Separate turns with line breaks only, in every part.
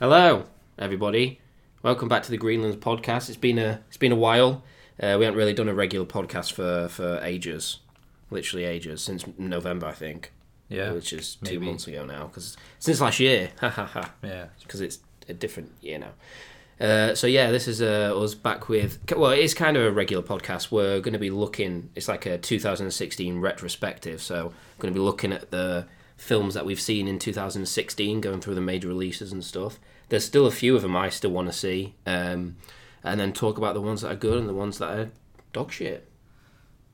Hello, everybody. Welcome back to the Greenlands podcast. It's been a it's been a while. Uh, we haven't really done a regular podcast for for ages, literally ages since November, I think.
Yeah,
which is two
maybe.
months ago now. Because since last year, ha ha ha.
yeah,
Because it's a different year now. Uh, so yeah, this is uh, us back with well, it is kind of a regular podcast. We're going to be looking. It's like a 2016 retrospective. So going to be looking at the films that we've seen in 2016, going through the major releases and stuff. There's still a few of them I still want to see, um, and then talk about the ones that are good and the ones that are dog shit.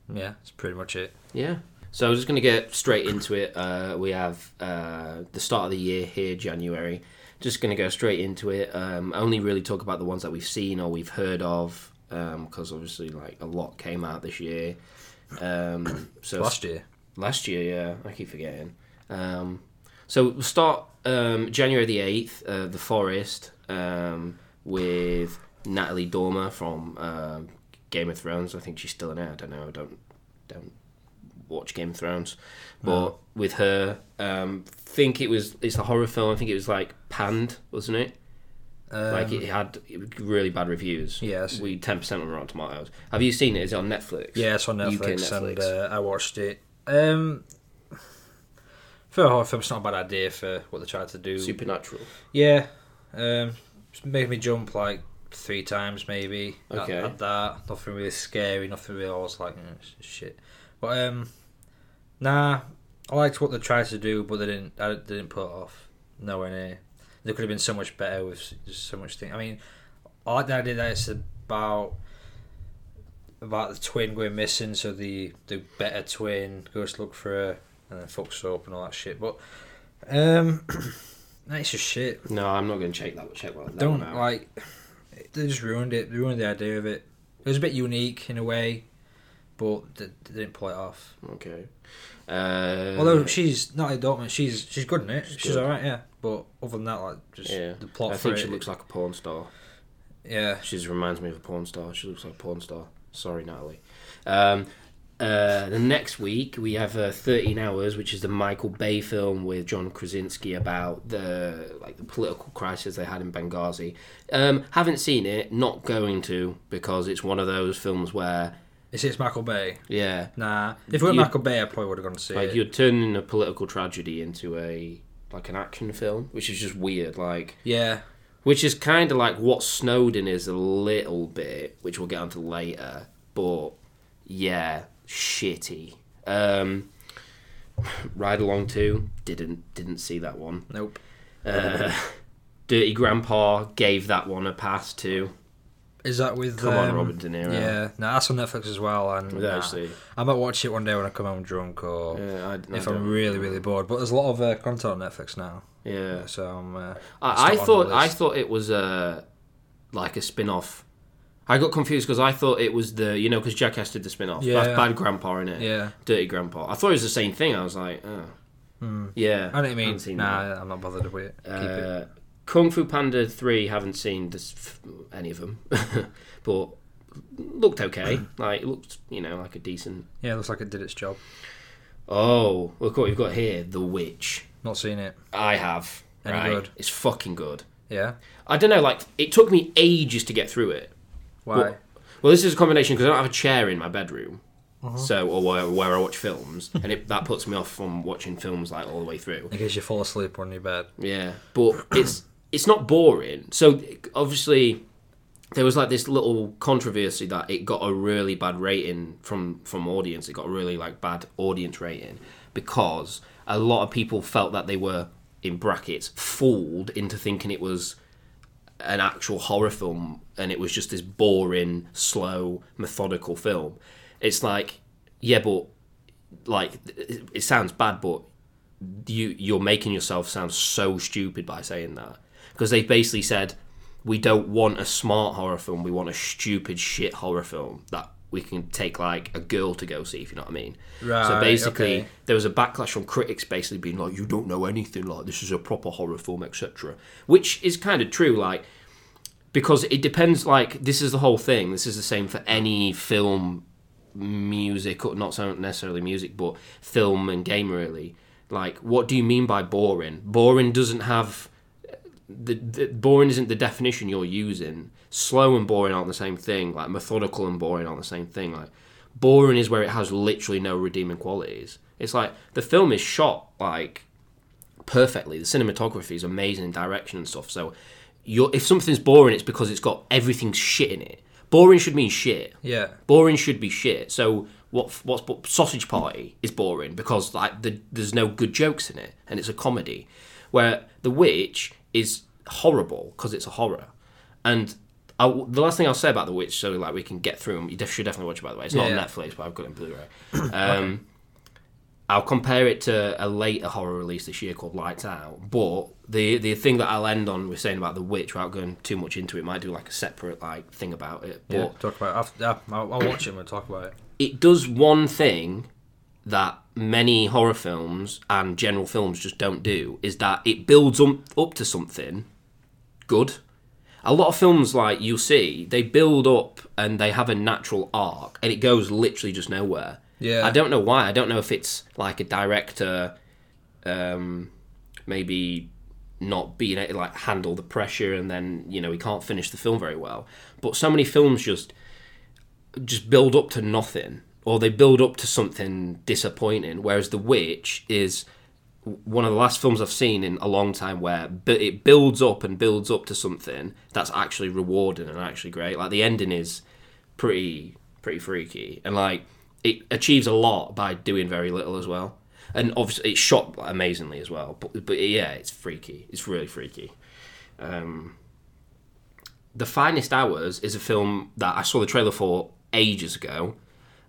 yeah. That's pretty much it.
Yeah. So I'm just going to get straight into it. Uh, we have uh, the start of the year here, January. Just going to go straight into it. Um, only really talk about the ones that we've seen or we've heard of, because obviously, like a lot came out this year. Um, so
Last year,
last year, yeah, I keep forgetting. Um, so we'll start um, January the eighth, uh, The Forest, um, with Natalie Dormer from um, Game of Thrones. I think she's still in it. I don't know. I don't don't watch Game of Thrones, but with her, um, think it was it's a horror film. I think it was like panned, wasn't it?
um,
like it had really bad reviews.
Yes.
we ten percent on Rotten Tomatoes. Have you seen it? Is it on Netflix?
yeah, it's on Netflix,
UK
and
Netflix.
uh, I watched it. Um, for a horror film, it's not a bad idea for what they tried to do.
Supernatural.
Yeah, um, it's made me jump like three times maybe. at-
Okay.
At, that, nothing really scary, nothing really. I was like, "Mm, it's shit. But um, nah, I liked what they tried to do, but they didn't. I they didn't put it off. Nowhere near. They could have been so much better with s- just so much thing. I mean, I like the idea that it's about about the twin going missing, so the the better twin goes to look for her and then fucks her up and all that shit. But um, that's just shit.
No, I'm not going to check that. Check that. that
Don't
one out.
like. They just ruined it. They ruined the idea of it. It was a bit unique in a way, but they, they didn't pull it off.
Okay. Uh,
Although she's not a Dortmund, she's she's good in it. She's,
good.
all right, yeah. But other than that, like just
yeah,
the plot
I
for
think
it.
she looks like a porn star.
yeah,
She just reminds me of a porn star. She looks like a porn star. Sorry, Natalie. Um, uh, the next week we have uh, 13 Hours, which is the Michael Bay film with John Krasinski about the like the political crisis they had in Benghazi. Um, haven't seen it, not going to because it's one of those films where
is it Michael Bay?
yeah,
Nah. If it were
You-
Michael Bay, I probably would have gone to see
like
it.
you're turning a political tragedy into a like an action film, which is just weird. Like
yeah,
which is kind of like what Snowden is a little bit, which we'll get onto later. But yeah, shitty. Um, Ride Along Two didn't didn't see that one.
nope.
Uh, Dirty Grandpa gave that one a pass too.
Is that with
Come on,
um,
Robert De Niro.
Yeah, nah, that's on Netflix as well. And
With
nah.
Actually,
I might watch it one day when I come home drunk or
yeah, Uh, I, I
if
don't-
I'm really really bored. But there's a lot of uh, content on Netflix now.
yeah.
So I'm. Uh, it's
I, I
not on
thought
the
I
list.
thought it was a like a spin off. I got confused because I thought it was the you know because Jackass did the spin off.
Yeah.
That's Bad Grandpa in it.
Yeah,
Dirty Grandpa. I thought it was the same thing. I was like, oh. Yeah.
Hmm. I know what you mean.
haven't seen
Nah, I'm not bothered with it. Keep
that.
it.
Uh, Kung Fu Panda 3, haven't seen this, f- any of them, but looked okay. like, it looked, you know, like a decent.
Yeah, looks like it did its job.
Oh, look what we've got here The Witch.
Not seen it.
I have.
Any
right?
good?
It's fucking good.
Yeah.
I don't know, like, it took me ages to get through it.
Why?
Well, well, this is a combination because I don't have a chair in my bedroom, so or where, where I watch films, and it, that puts me off from watching films like all the way through.
In case you fall asleep on your bed.
Yeah, but it's it's not boring. So obviously, there was like this little controversy that it got a really bad rating from from audience. It got a really like bad audience rating because a lot of people felt that they were in brackets fooled into thinking it was an actual horror film and it was just this boring, slow, methodical film. It's like, yeah, but like it it sounds bad, but you you're making yourself sound so stupid by saying that because they basically said we don't want a smart horror film we want a stupid shit horror film that we can take like a girl to go see if you know what i mean so
Right,
basically
okay.
there was a backlash from critics basically being like you don't know anything like this is a proper horror film etc which is kind of true like because it depends like this is the whole thing this is the same for any film music or not so necessarily music but film and game really like what do you mean by boring boring doesn't have the, the boring isn't the definition you're using. Slow and boring aren't the same thing. Like methodical and boring aren't the same thing. Like boring is where it has literally no redeeming qualities. It's like the film is shot like perfectly. The cinematography is amazing in direction and stuff. So you're, if something's boring, it's because it's got everything's shit in it. Boring should mean shit.
Yeah.
Boring should be shit. So what? What's but sausage party is boring because like the, there's no good jokes in it and it's a comedy. Where the witch is horrible because it's a horror. And I, the last thing I'll say about the witch, so like we can get through them. You def- should definitely watch it by the way. It's not
Yeah.
on Netflix, but I've got it in Blu-ray. Um, I'll compare it to a later horror release this year called Lights Out. But the the thing that I'll end on with saying about the witch, without going too much into it, might do like a separate like thing about it. But
Yeah, talk about it. After, yeah, I'll, I'll watch it and we'll talk about it.
it does one thing that many horror films and general films just don't do is that it builds um, up to something good. A lot of films, like you see, they build up and they have a natural arc, and it goes literally just nowhere.
Yeah.
I don't know why. I don't know if it's like a director, um, maybe not being able to like handle the pressure, and then you know he can't finish the film very well. But so many films just just build up to nothing or they build up to something disappointing whereas the witch is w- one of the last films i've seen in a long time where bu- it builds up and builds up to something that's actually rewarding and actually great like the ending is pretty pretty freaky and like it achieves a lot by doing very little as well and obviously it's shot amazingly as well but, but yeah it's freaky it's really freaky the Finest Hours is a film that I saw the trailer for ages ago,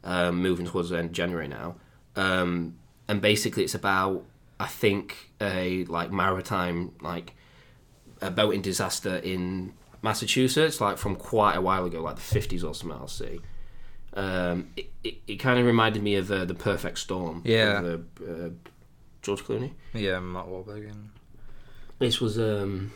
um, moving towards the end of January now. Um, and basically, it's about I think a like maritime like a boating disaster in Massachusetts, like from quite a while ago, like the fifties or something. I'll see. Um, it it, it kind of reminded me of uh, the Perfect Storm.
Yeah.
of, uh, uh, George Clooney.
Yeah, Matt Wahlberg. And...
This was um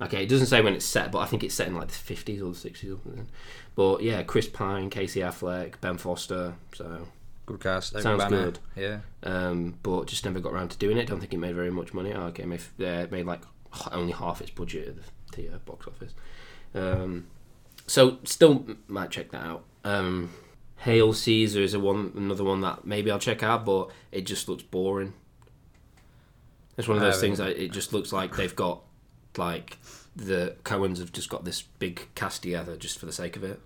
okay. It doesn't say when it's set, but I think it's set in like the fifties or the sixties or something. But yeah, Chris Pine, Casey Affleck, Ben Foster. So,
Good cast. David
Sounds
Banner.
good.
Yeah.
um, but just never got around to doing it. Don't think it made very much money. Oh, okay, made, uh, made like h- only half its budget at the, the uh, box office. Um, so still m- might check that out. Um, Hail Caesar is a one another one that maybe I'll check out, but it just looks boring. It's one of those
I
things that it just looks like they've got like the Coens have just got this big cast together just for the sake of it.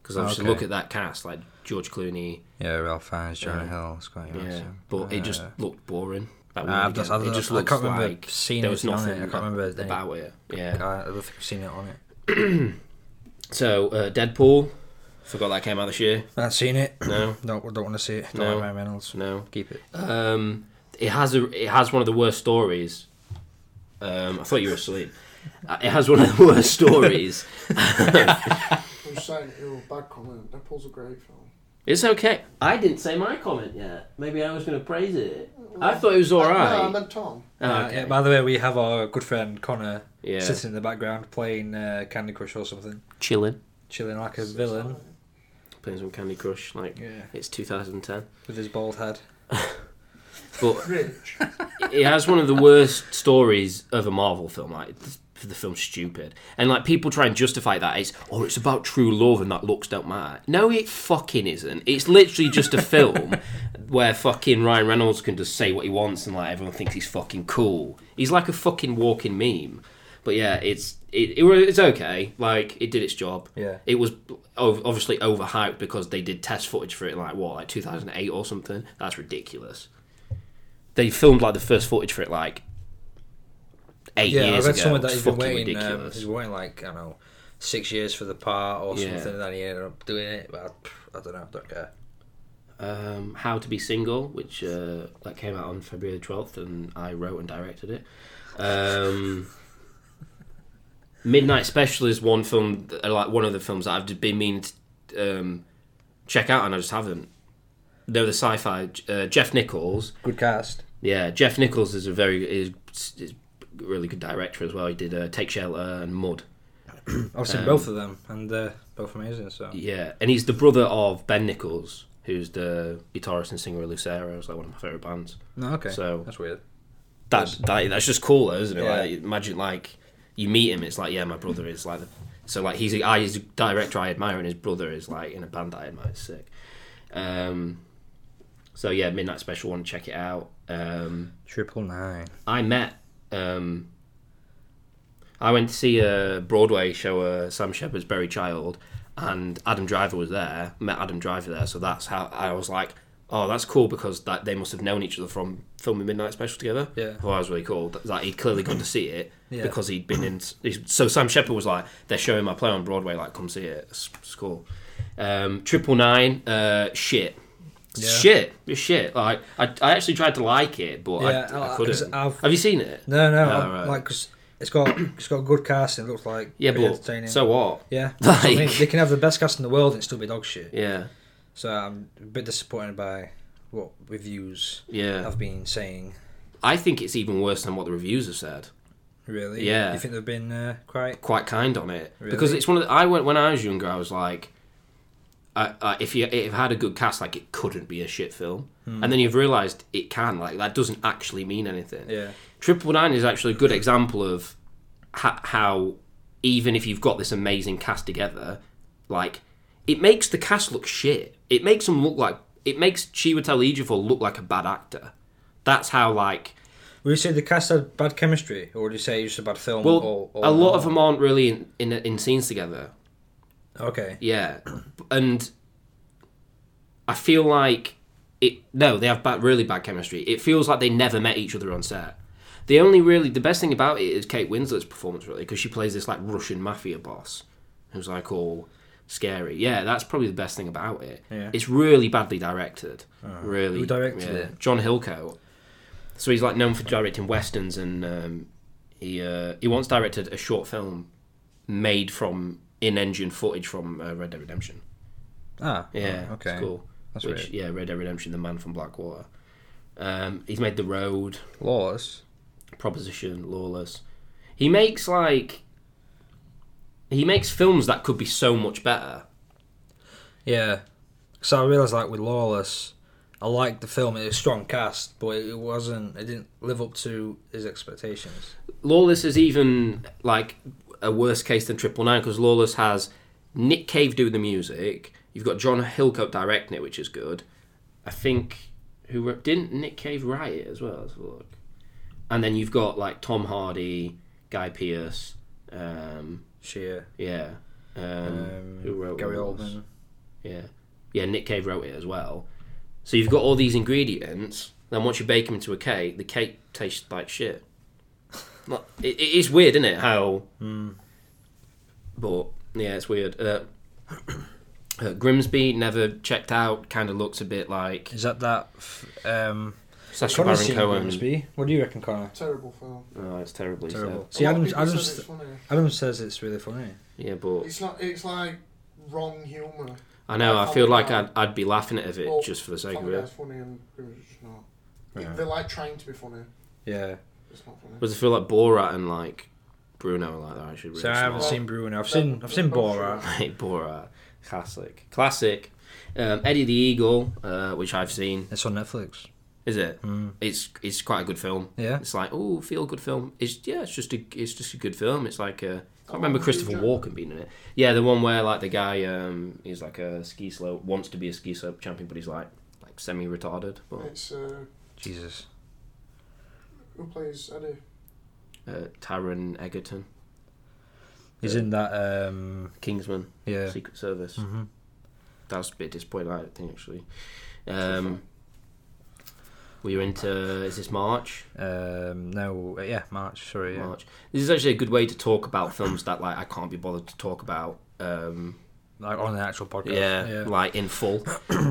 Because obviously,
Okay.
look at that cast like George Clooney,
Yeah, Ralph Fiennes, Jonah Hill. It's quite
yeah,
awesome.
but it just
Uh,
looked boring. That
I've
one
just-
again.
I've
it
just-
just
I
looks
can't remember
like
seeing
there
it
was
on it.
nothing.
I can't remember any-
about it. Yeah.
I I don't think I've seen it on it.
So uh, Deadpool, forgot that came out this year.
Not seen it.
No,
No, don't want to see it. Don't
No.
like Ryan Reynolds.
no.
Keep it.
Um, it has a it has one of the worst stories. Um, I thought you were asleep. Uh, It has one of the worst stories.
I'm just saying it was a bad comment. Deadpool's a great film.
It's okay. I didn't say my comment yet. Maybe I was going to praise it. I thought it was all
No, I
right.
meant Tom.
Oh,
Uh,
okay.
yeah, by the way, we have our good friend Connor
Yeah.
sitting in the background playing uh, Candy Crush or something,
Chilling,
chilling like a villain
playing some Candy Crush. Like
Yeah.
it's 2010.
with his bald head.
But
Rich.
it has one of the worst stories of a Marvel film. Like th- the film's stupid, and like people try and justify that it's oh it's about true love and that looks don't matter. No, it fucking isn't. It's literally just a film where fucking Ryan Reynolds can just say what he wants and like everyone thinks he's fucking cool. He's like a fucking walking meme. But yeah, it's it, it wa- it's okay. Like it did its job.
Yeah.
It was ov- obviously overhyped because they did test footage for it in like what like 2008 or something. That's ridiculous they filmed like the first footage for it like eight
Yeah,
years
I read
ago.
someone that
it's
he's been
fucking
waiting. Um,
ridiculous.
he's waiting like I don't know six years for the part or
Yeah.
something, and then he ended up doing it. But I, I don't know. I don't care.
um, How to Be Single, which uh, that came out on February twelfth, and I wrote and directed it. Um, Midnight Special is one film, that, like one of the films that I've been meaning to um, check out, and I just haven't. They're the sci-fi. Uh, Jeff Nichols
Good cast.
Yeah, Jeff Nichols is a very is, is a really good director as well. He did uh, Take Shelter and Mud.
I've
Um,
seen both of them, and they're both amazing. So
Yeah, and he's the brother of Ben Nichols, who's the guitarist and singer of Lucero. It's like one of my favorite bands.
no, okay.
So-
that's weird.
that, that that's just cool though, isn't it?
Yeah.
Like, imagine like you meet him, it's like yeah, my brother is like the, so like he's a, I, he's a director I admire, and his brother is like in a band I admire. It's sick. Um, so yeah, Midnight Special One, check it out. Um,
Triple nine.
I met. Um, I went to see a Broadway show, uh, Sam Shepard's Berry Child, and Adam Driver was there. Met Adam Driver there, so that's how I was like, "Oh, that's cool," because that they must have known each other from filming Midnight Special together.
Yeah.
well, that was really cool. That, that he'd clearly gone to see it
Yeah.
because he'd been in. he's- So Sam Shepard was like, "They're showing my play on Broadway. Like, come see it. It's, it's cool." Um, Triple Nine, uh, shit.
Yeah.
Shit, it's shit. Like I, I actually tried to like it, but I, I
Yeah, I- 'cause
couldn't.
I've-
Have you seen it?
No, no,
Oh,
I'm-
right.
like because it's got it's got good casting. It looks like
Yeah,
pretty
but
entertaining.
so what?
yeah,
Like-
So, I mean, they can have the best cast in the world and still be dog shit.
Yeah,
So I'm a bit disappointed by what reviews
yeah.
have been saying.
I think it's even worse than what the reviews have said.
Really?
Yeah.
You think they've been uh, quite?
Quite kind on it because
Really?
it's one of the, I went when I was younger. I was like, I, I, if you if it had a good cast, like it couldn't be a shit film.
Hmm.
And then you've realised it can. Like that doesn't actually mean anything.
Yeah.
Triple Nine is actually a good example of ha- how even if you've got this amazing cast together, like it makes the cast look shit. It makes them look like it makes Chiwetel Ejiofor look like a bad actor. That's how like
Would you say the cast had bad chemistry, or would you say it's just a bad film?
well
or, or
a lot of them aren't really in, in in scenes together.
Okay.
Yeah, and I feel like it. No, they have bad, really bad chemistry. It feels like they never met each other on set. The only really the best thing about it is Kate Winslet's performance, really, because she plays this like Russian mafia boss who's like all scary. Yeah, that's probably the best thing about it.
Yeah.
It's really badly directed. really,
Who directed
yeah.
it?
John Hillcoat. So he's like known for directing westerns, and um, he uh, he once directed a short film made from in-engine footage from uh, Red Dead Redemption.
Ah.
Yeah,
Okay.
it's cool.
That's
Which, yeah, Red Dead Redemption, The Man from Blackwater. Um, he's made The Road,
Lawless.
Proposition, Lawless. He makes like he makes films that could be so much better.
Yeah. So I realised, like, with Lawless, I liked the film. It was a strong cast, but it wasn't. It didn't live up to his expectations.
Lawless is even like a worse case than Triple Nine because Lawless has Nick Cave do the music. You've got John Hillcoat directing it, which is good. I think who wrote- didn't Nick Cave write it as well? Let's have a look. And then you've got like Tom Hardy, Guy Pearce, um,
Sheer.
yeah, um,
Um,
who wrote
Gary
Lawless?
Oldman.
Yeah. Yeah, Nick Cave wrote it as well. So you've got all these ingredients, then once you bake them into a cake, the cake tastes like shit. Not- it, it is weird, isn't it? How. But, yeah, it's weird. Uh, uh, Grimsby, never checked out, kind of looks a bit like
Is that that? f- Um,
Sacha
Connor's
Baron
seen
Cohen.
Grimsby. What do you reckon, Connor?
Terrible film.
Oh, it's terribly sad.
Terrible.
A
See,
lot of
Adam,
people
Adam,
said it's funny.
Adam says it's really funny.
Yeah, but
It's not. It's like wrong humour.
I know, I
Family
feel like
Guy.
I'd, I'd be laughing at it
Well,
just for the sake of
Family Guy's
it.
funny and it's not.
Yeah.
They're like trying to be funny.
Yeah.
It's not funny.
Because I feel like Borat and, like, Bruno are like that. I should really
So I haven't
smile.
seen Bruno. I've seen I've seen Borat.
Mate, Borat, uh, classic, classic. Um, Eddie the Eagle, uh, which I've seen,
It's on Netflix.
is it? It's it's quite a good film.
Yeah.
It's like oh, feel good film. It's yeah, it's just a it's just a good film. It's like uh, I can't
one
Oh,
remember
with
Christopher
Hugh
Walken being in it. Yeah, the one where like the guy um he's like a ski slope wants to be a ski slope champion, but he's like like semi retarded. But
It's uh,
Jesus.
who plays Eddie?
uh, Taron Egerton,
He's in that. Um,
Kingsman,
yeah.
Secret Service.
Mm-hmm.
That's a bit disappointing. I think actually. Um, we were into is this March?
Um, no. uh, Yeah. March. Sorry. Yeah.
March. This is actually a good way to talk about films that like I can't be bothered to talk about. Um,
Like on the actual podcast.
yeah, like in full.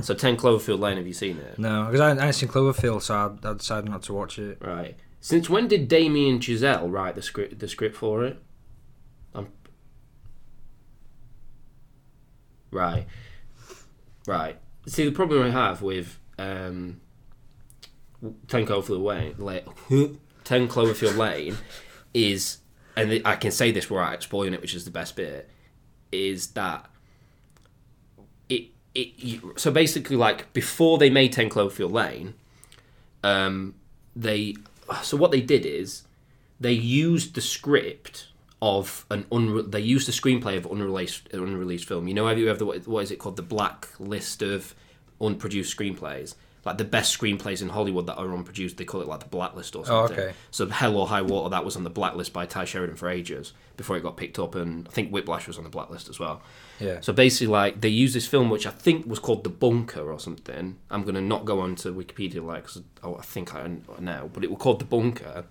so Ten Cloverfield Lane. Have you seen it?
No, because I, I ain't seen Cloverfield, so I, I decided not to watch it.
Right. Since when did Damien Giselle write the script? The script for it. Um, right. Right. See, the problem I have with um, Ten Cloverfield Lane, la- Ten Cloverfield Lane, is, and I can say this without spoiling it, which is the best bit, is that it it you, so basically like before they made Ten Cloverfield Lane, um, they so what they did is they used the script of an unre- they used the screenplay of unreleased an unreleased film. You know, have you ever what, what is it called the black list of unproduced screenplays? Like the best screenplays in Hollywood that are unproduced, they call it like the blacklist or
Oh,
something.
okay.
So Hell or High Water that was on the blacklist by Ty Sheridan for ages before it got picked up, and I think Whiplash was on the blacklist as well.
Yeah.
So basically, like they used this film, which I think was called The Bunker or something. I'm gonna not go onto Wikipedia, like 'cause I I think I know, but it was called The Bunker.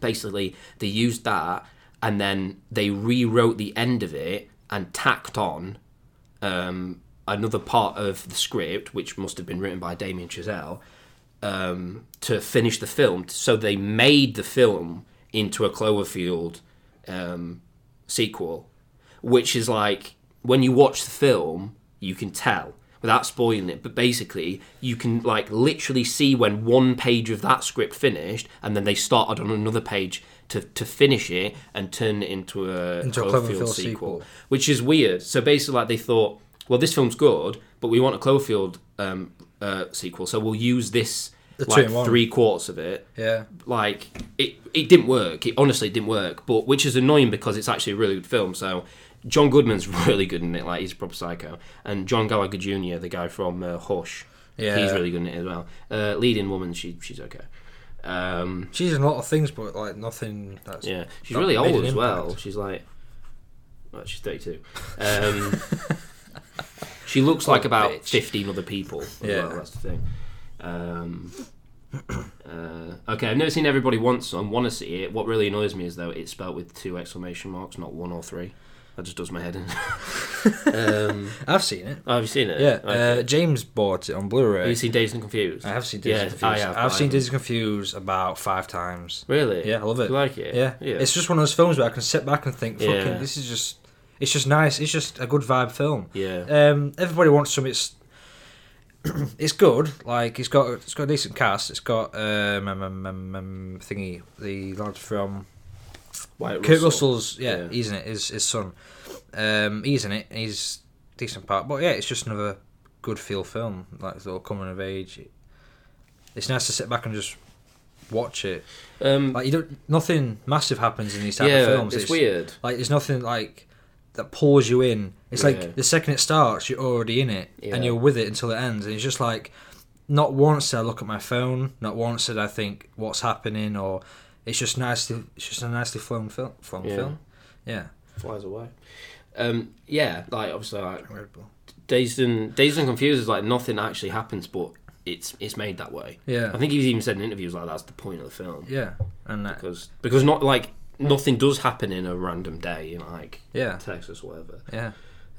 Basically, they used that, and then they rewrote the end of it and tacked on um, another part of the script, which must have been written by Damien Chazelle, um, to finish the film. So they made the film into a Cloverfield um, sequel, which is like when you watch the film, you can tell without spoiling it. But basically, you can like literally see when one page of that script finished, and then they started on another page to, to finish it and turn it into a,
Into a
Cloverfield,
Cloverfield
sequel
sequel.
which is weird. So basically, like they thought, well, this film's good, but we want a Cloverfield um, uh, sequel, so we'll use this
The two
like
in one.
three quarters of it.
yeah.
Like it, it didn't work. It honestly didn't work. But which is annoying because it's actually a really good film. So John Goodman's really good in it. Like he's a proper psycho, and John Gallagher Jr., the guy from uh, Hush,
Yeah.
he's really good in it as well. Uh, leading woman, she she's okay. Um,
She's in a lot of things, but like nothing. That's
yeah, she's
not
really
made
old
an
as well.
impact.
She's like, well, she's thirty-two. Um, she looks like
Oh,
about
bitch.
fifteen other people. as
Yeah.
well, that's the thing. Um, uh, okay, I've never seen Everybody Wants Some. Want to see it? What really annoys me is though it's spelt with two exclamation marks, not one or three. That just does my head in. um,
I've seen it.
oh, have you seen it?
Yeah,
Okay.
uh, James bought it on
have
Blu-ray.
you seen Dazed and Confused?
I have seen
Yeah,
Disney
I
Confused.
have,
I've
I
seen
haven't.
Disney Confused about five times.
Really?
Yeah, I love it.
You like it?
Yeah.
yeah.
it's just one of those films where I can sit back and think, "Fucking,
Yeah.
this is just, it's just nice. It's just a good vibe film."
yeah.
Um, everybody wants some. It's, it's good. Like it's got, it's got a decent cast. It's got um, um, um, um, um, thingy, the lad from
White
Kurt
Russell.
Russell's, yeah,
Yeah.
he's in it. His his son, um, he's in it. and He's a decent part, but yeah, it's just another good feel film, like sort of coming of age. It's nice to sit back and just watch it.
Um,
Like you don't, nothing massive happens in these type
yeah,
of films.
it's weird.
Like there's nothing like that pulls you in. It's
Yeah.
like the second it starts, you're already in it,
Yeah.
and you're with it until it ends. And it's just like, not once did I look at my phone. Not once did I think what's happening, or it's just nicely, it's just a nicely flown film. Flown
Yeah.
film. Yeah,
flies away. Um, yeah, like obviously, like
incredible.
dazed and dazed and confused is like nothing actually happens, but it's it's made that way.
Yeah,
I think he's even said in interviews like that's the point of the film
yeah, and that,
because because not like nothing does happen in a random day in like
yeah,
Texas or whatever.
yeah.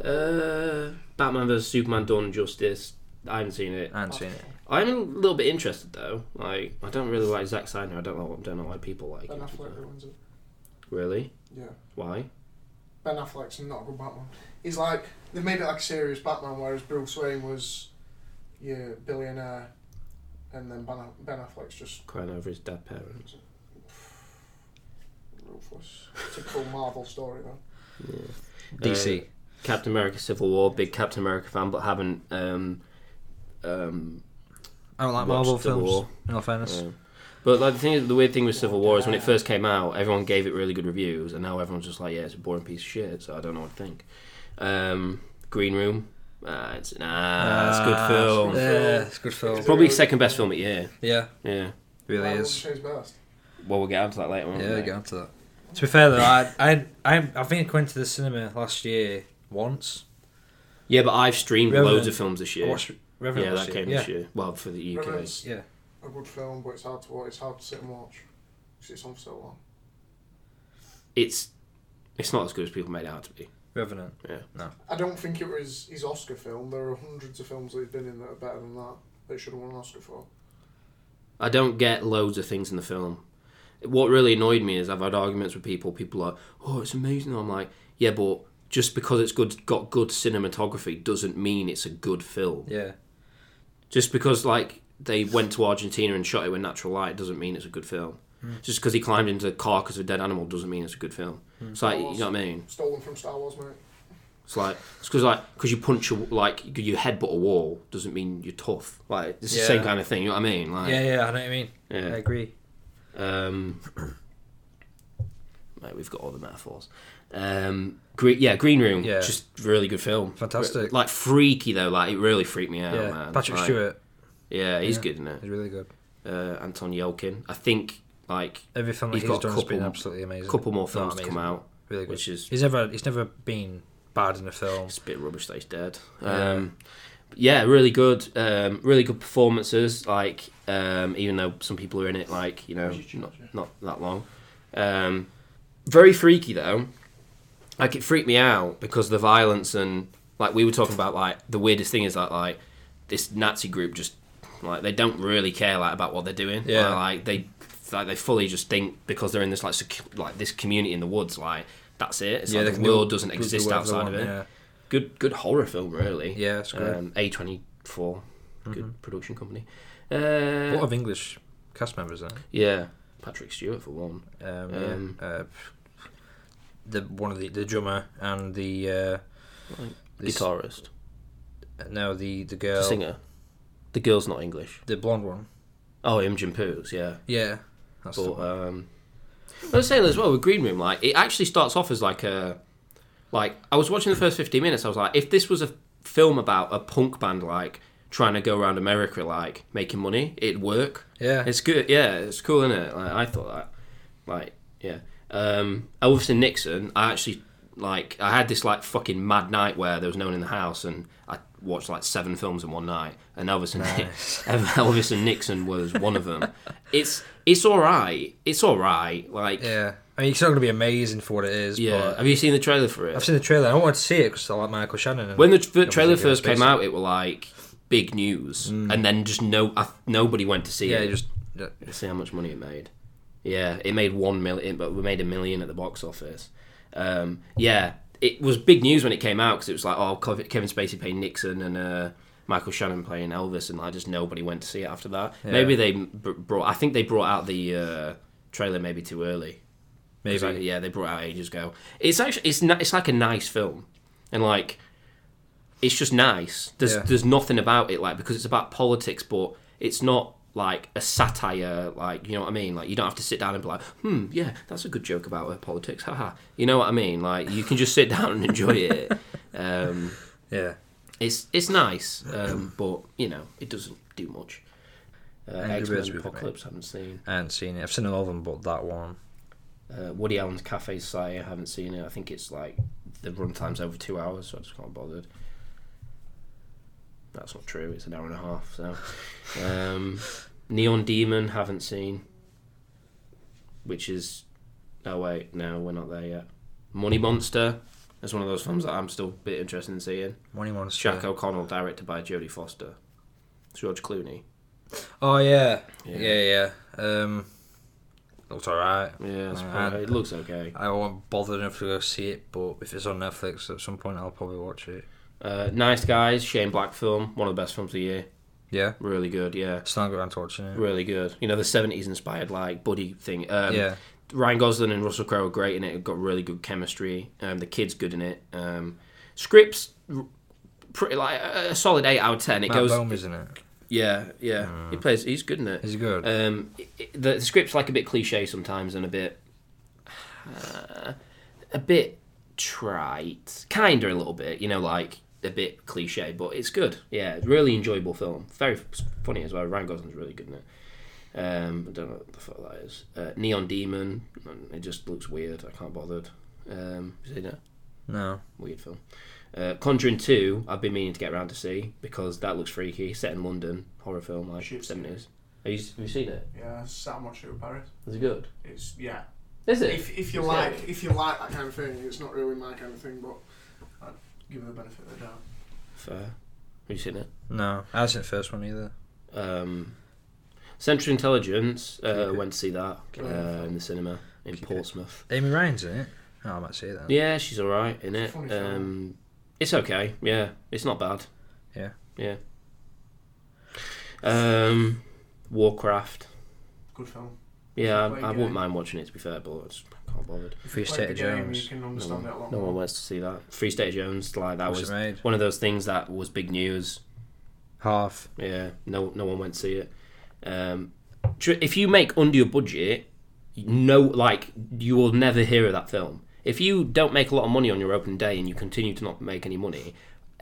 Uh, Batman vs Superman: Dawn of Justice. I haven't seen it.
I haven't seen it.
I'm a little bit interested though. Like I don't really like Zack Snyder. I don't know. I don't know why people like
Ben
him.
Affleck ruins it.
Really?
Yeah.
Why?
Ben Affleck's not a good Batman. He's like they made it like a serious Batman, whereas Bruce Wayne was yeah billionaire, and then Ben, Aff- ben Affleck's just
Crying over his dead parents.
ruthless. Typical Marvel story though.
Yeah.
DC.
Captain America Civil War, big Captain America fan, but haven't um, um,
I don't
watched
like Marvel
the
films.
war.
In all fairness,
um, but like the thing, the weird thing with Civil War is when it first came out, everyone gave it really good reviews, and now everyone's just like, yeah, it's a boring piece of shit. So I don't know what to think. Um, Green Room, ah, it's nah, it's a good
Ah,
film.
Yeah, it's a good film.
Probably second best film of the year.
Yeah,
Yeah.
really
Batman
is.
was his best.
Well, we'll get onto that later on.
Yeah,
won't we?
get onto that. To be fair though, I I I, I think I went to the cinema last year once.
Yeah, but I've streamed loads
Revenant.
of films this year.
I watched
yeah,
Revenant
that
last
came
year.
this year. Well, for the UK.
Revenant's
Yeah.
a good film, but it's hard to watch. It's hard to sit and watch. 'cause it's on for so long.
It's it's not as good as people made it out to be.
Revenant.
I don't think it was his Oscar film. There are hundreds of films that he's been in that are better than that. That he should have won an Oscar for.
I don't get loads of things in the film. What really annoyed me is I've had arguments with people. People are, oh, it's amazing. I'm like, yeah, but just because it's good, got good cinematography doesn't mean it's a good film.
Yeah.
Just because like they went to Argentina and shot it with natural light doesn't mean it's a good film. Just because he climbed into a car because of a dead animal doesn't mean it's a good film. It's like you know what I mean.
Stolen from Star Wars, mate.
It's like it's because like because you punch a, like you headbutt a wall doesn't mean you're tough. Like it's the same
Yeah.
kind of thing. You know what I mean? Like
Yeah, yeah, I know what you mean.
yeah.
I agree.
Um, right, we've got all the metaphors. Um, green, yeah, Green Room.
Yeah.
just really good film.
Fantastic.
Like freaky though, like it really freaked me out.
yeah,
Oh, man.
Patrick
Like,
Stewart
Yeah, he's
Yeah.
good in it.
is really good.
Uh, Anton Yelkin. I think like
Every film that
He's
he's,
got a
done has been
couple-
absolutely
a
amazing.
couple more films
Not
to come
amazing.
out,
Really good.
which is
He's never he's never been bad in a film.
it's a bit rubbish that he's dead.
Yeah.
Um, but yeah, really good, um, really good performances. Like um, even though some people are in it, like you know, not, not that long. Um, very freaky though. Like it freaked me out because of the violence and like we were talking about like the weirdest thing is that like this Nazi group just like they don't really care like about what they're doing.
Yeah.
Like, like they like they fully just think because they're in this like sec- like this community in the woods like that's it. It's like
they
the
can do-
world doesn't
do
exist
whatever they
outside
want,
of it.
Yeah,
Good good horror film really.
yeah it's good.
Um, A24, good production company. Uh,
a lot of English cast members there.
yeah, Patrick Stewart for one.
Um,
Um,
yeah. uh, the one of the the drummer and the uh, this-
Guitarist,
No, the
the
the girl,
singer. The girl's not English.
the blonde one.
Oh, Imogen Poots, yeah.
Yeah, that's the
But
one.
um, I was saying as well with Green Room, like it actually starts off as like a, like I was watching the first fifteen minutes, I was like, if this was a film about a punk band like trying to go around America like making money, it'd work.
yeah.
It's good, yeah. It's cool, isn't it? Like, I thought that, like, yeah. Um, Elvis and Nixon. I actually like. I had this like fucking mad night where there was no one in the house, and I watched like seven films in one night. And Elvis and Elvis and Nixon was one of them. It's it's all right. It's all right. Like, yeah.
Yeah, I mean, it's not going to be amazing for what it is. but
Have you seen the trailer for it?
I've seen the trailer. and I wanted to see it because I like Michael Shannon. and
when the tr-
obviously
trailer
Kevin
first came
Spacey.
out, it were like big news, and then just no I, nobody went to see
yeah,
it.
just yeah,
Let's see how much money it made. Yeah, it made one million, but we made a million at the box office. Um, yeah, it was big news when it came out because it was like, oh, Kev- Kevin Spacey playing Nixon and uh, Michael Shannon playing Elvis, and like just nobody went to see it after that.
Yeah.
Maybe they br- brought, I think they brought out the uh, trailer maybe too early. 'Cause
maybe.
it- yeah, they brought it out ages ago. It's actually it's ni- it's like a nice film, and like it's just nice. There's
Yeah.
there's nothing about it like because it's about politics, but it's not like a satire. Like you know what I mean? Like you don't have to sit down and be like, hmm, yeah, that's a good joke about uh, politics. Haha. You know what I mean? Like you can just sit down and enjoy it. Um,
Yeah,
it's it's nice, um, but you know it doesn't do much. Uh,
Angry
X
Birds
Men
movie, mate.
Apocalypse, haven't seen.
I haven't seen it. I've seen all of them, but that one.
Uh, Woody Allen's Cafe Society, I haven't seen it. I think it's like the runtime's over two hours, so I just can't bothered. That's not true. It's an hour and a half. So, um, Neon Demon, haven't seen. Which is, oh wait, no, we're not there yet. Money Monster. That's one of those films that I'm still a bit interested in seeing.
Money Monster.
Jack O'Connell, directed by Jodie Foster. George Clooney.
Oh yeah,
Yeah.
yeah, yeah. Um, looks alright.
Yeah, it's
Uh,
probably- it looks okay.
I won't bother enough to go see it, but if it's on Netflix at some point, I'll probably watch it.
Uh, nice Guys, Shane Black film. One of the best films of the year.
Yeah,
Really good, yeah.
still not going to watching it.
Really good. You know, the 70s inspired, like, buddy thing. Um,
yeah,
Ryan Gosling and Russell Crowe are great in it. They've Got really good chemistry. Um, the kid's good in it. Um, scripts, r- pretty like a a solid 8 out of 10. It
Matt
goes.
Bohm, isn't it?
Yeah, yeah. He plays, he's good in it.
Is he good?
Um, it- it- the, the script's like a bit cliche sometimes and a bit. Uh, a bit trite. Kinda a little bit, you know, like a bit cliche, but it's good. Yeah, it's a really enjoyable film. Very f- funny as well. Ryan Gosling's really good in it. Um, I don't know what the fuck that is. Uh, Neon Demon. mm, It just looks weird. I can't bothered. Um, is it a
no.
weird film? Uh, Conjuring 2, I've been meaning to get around to see because that looks freaky. Set in London, horror film, like
Shit's
70s. Have you, have you seen it?
Yeah, I sat and watched it with Barry.
Is it good?
It's yeah.
Is it?
If, if you
Yeah.
like if you like that kind of thing, it's not really my kind of thing, but I'd give it the benefit of the doubt.
Fair. Have you seen it?
No, I haven't seen the first one either.
Um, Central Intelligence. Uh,
Keep it.
went to see that
Keep
uh,
it.
in the cinema in
Keep it.
Portsmouth.
Amy Ryan's in it. Oh, I might see that.
Yeah, she's all right in it.
Funny film.
Um, it's okay. Yeah, it's not bad.
Yeah.
Yeah. Um, Warcraft.
Good film.
Yeah,
Play
I, I wouldn't
game.
mind watching it to be fair, but I just can't bother.
If we
Like
State
the
of
game,
Jones.
you can
No
understand
one,
it a lot
no
more.
one went to see that. Free State of Jones, like that
What's
was
it made?
one of those things that was big news.
Half.
Yeah, no, no one went to see it. Um, tr- if you make under your budget, no, like you will never hear of that film. If you don't make a lot of money on your open day and you continue to not make any money,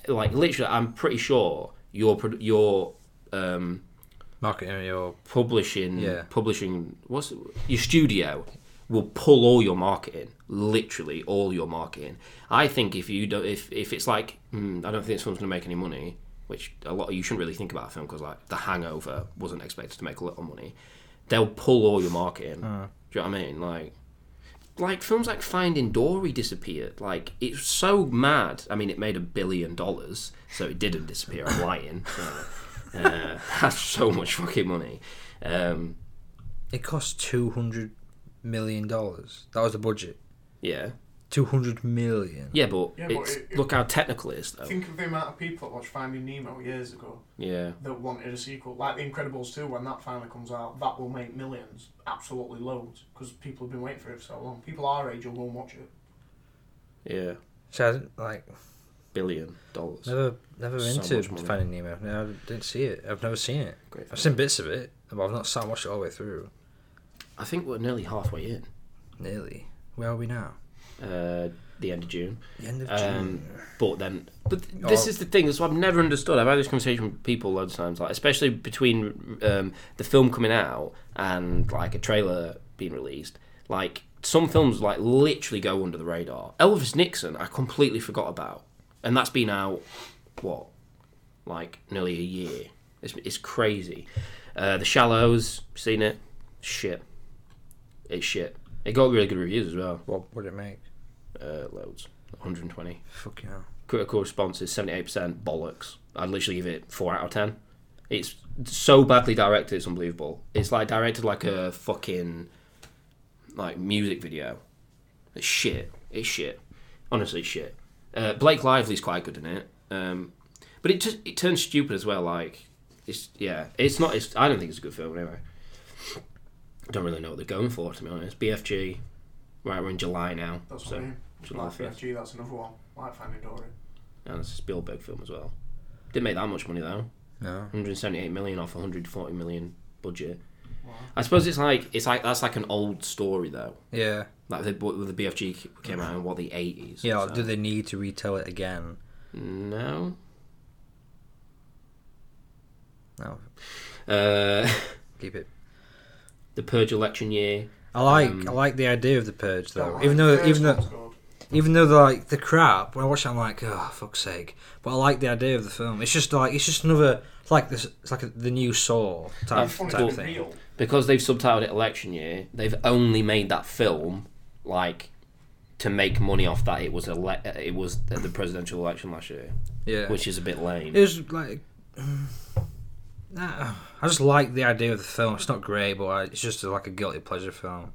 like literally, I'm pretty sure your pro- your um,
Marketing your
publishing
Yeah.
publishing what's it- your studio will pull all your marketing literally all your marketing i think if you don't if if it's like mm, i don't think this film's going to make any money which a lot you shouldn't really think about a film because like the hangover wasn't expected to make a lot of money they'll pull all your marketing do you know what i mean like like films like Finding Dory disappeared. Like it's so mad. I mean, it made a billion dollars, so it didn't disappear. I'm lying. So, uh, that's so much fucking money. Um,
It cost two hundred million dollars. That was the budget.
yeah,
Two hundred million.
yeah, but,
Yeah, but
it's,
it- it-
look how technical it is, though.
Think of the amount of people that watched Finding Nemo years ago
yeah,
that wanted a sequel, like The Incredibles 2, when that finally comes out, that will make millions, absolutely loads, because people have been waiting for it for so long. People our age will go and watch it.
yeah,
So I didn't, like
billion dollars.
never never
So
been to
much money.
Finding Nemo. No, I didn't see it. I've never seen it.
Great.
I've seen bits of it, but I've not sat and watched it all the way through.
I think we're nearly halfway in.
Nearly. Where are we now?
Uh, the end of June.
The end of
Um,
June.
but then, but th- this
Oh.
is the thing. That's what I've never understood. I've had this conversation with people loads of times, like especially between um, the film coming out and like a trailer being released. Like some films, like literally go under the radar. Elvis Nixon, I completely forgot about, and that's been out what, like nearly a year. It's it's crazy. Uh, the Shallows, seen it? Shit, it's shit. It got really good reviews as well.
What would it make?
Uh, loads, 120
Fucking hell.
critical response is 78% bollocks. I'd literally give it 4 out of 10. It's so badly directed, it's unbelievable. It's like directed like a fucking like music video. It's shit. It's shit. Honestly, it's shit. Uh, Blake Lively's quite good in it. Um, but it just it turns stupid as well like it's yeah, it's not it's I don't think it's a good film anyway. I don't really know what they're going for to be honest. BFG Right, we're in July now.
That's what I
so
mean.
July
Like
1st.
BFG, that's another one. Like Finding Dory.
and it's a Spielberg film as well. Didn't make that much money though.
No.
178 million off 140 million budget.
Wow.
I suppose it's like it's like that's like an old story though.
Yeah.
Like the, the BFG came out in what the 80s.
Yeah.
so-
Do they need to retell it again?
no.
No.
Uh,
Keep it.
the Purge election year.
I like
Um,
I like the idea of the purge though.
Don't
even
lie,
though
the
even
first
though
one's good.
even though they're like the crap, when I watch it, I'm like, oh fuck's sake. But I like the idea of the film. It's just like it's just another it's like this. It's like a, the new Saw type,
It's funny,
type
it's
thing.
real.
Because they've subtitled it election year, they've only made that film like to make money off that it was ele- it was the presidential election last year,
Yeah,
which is a bit lame.
it was like. Nah, I just like the idea of the film. It's not great, but I, it's just like a guilty pleasure film.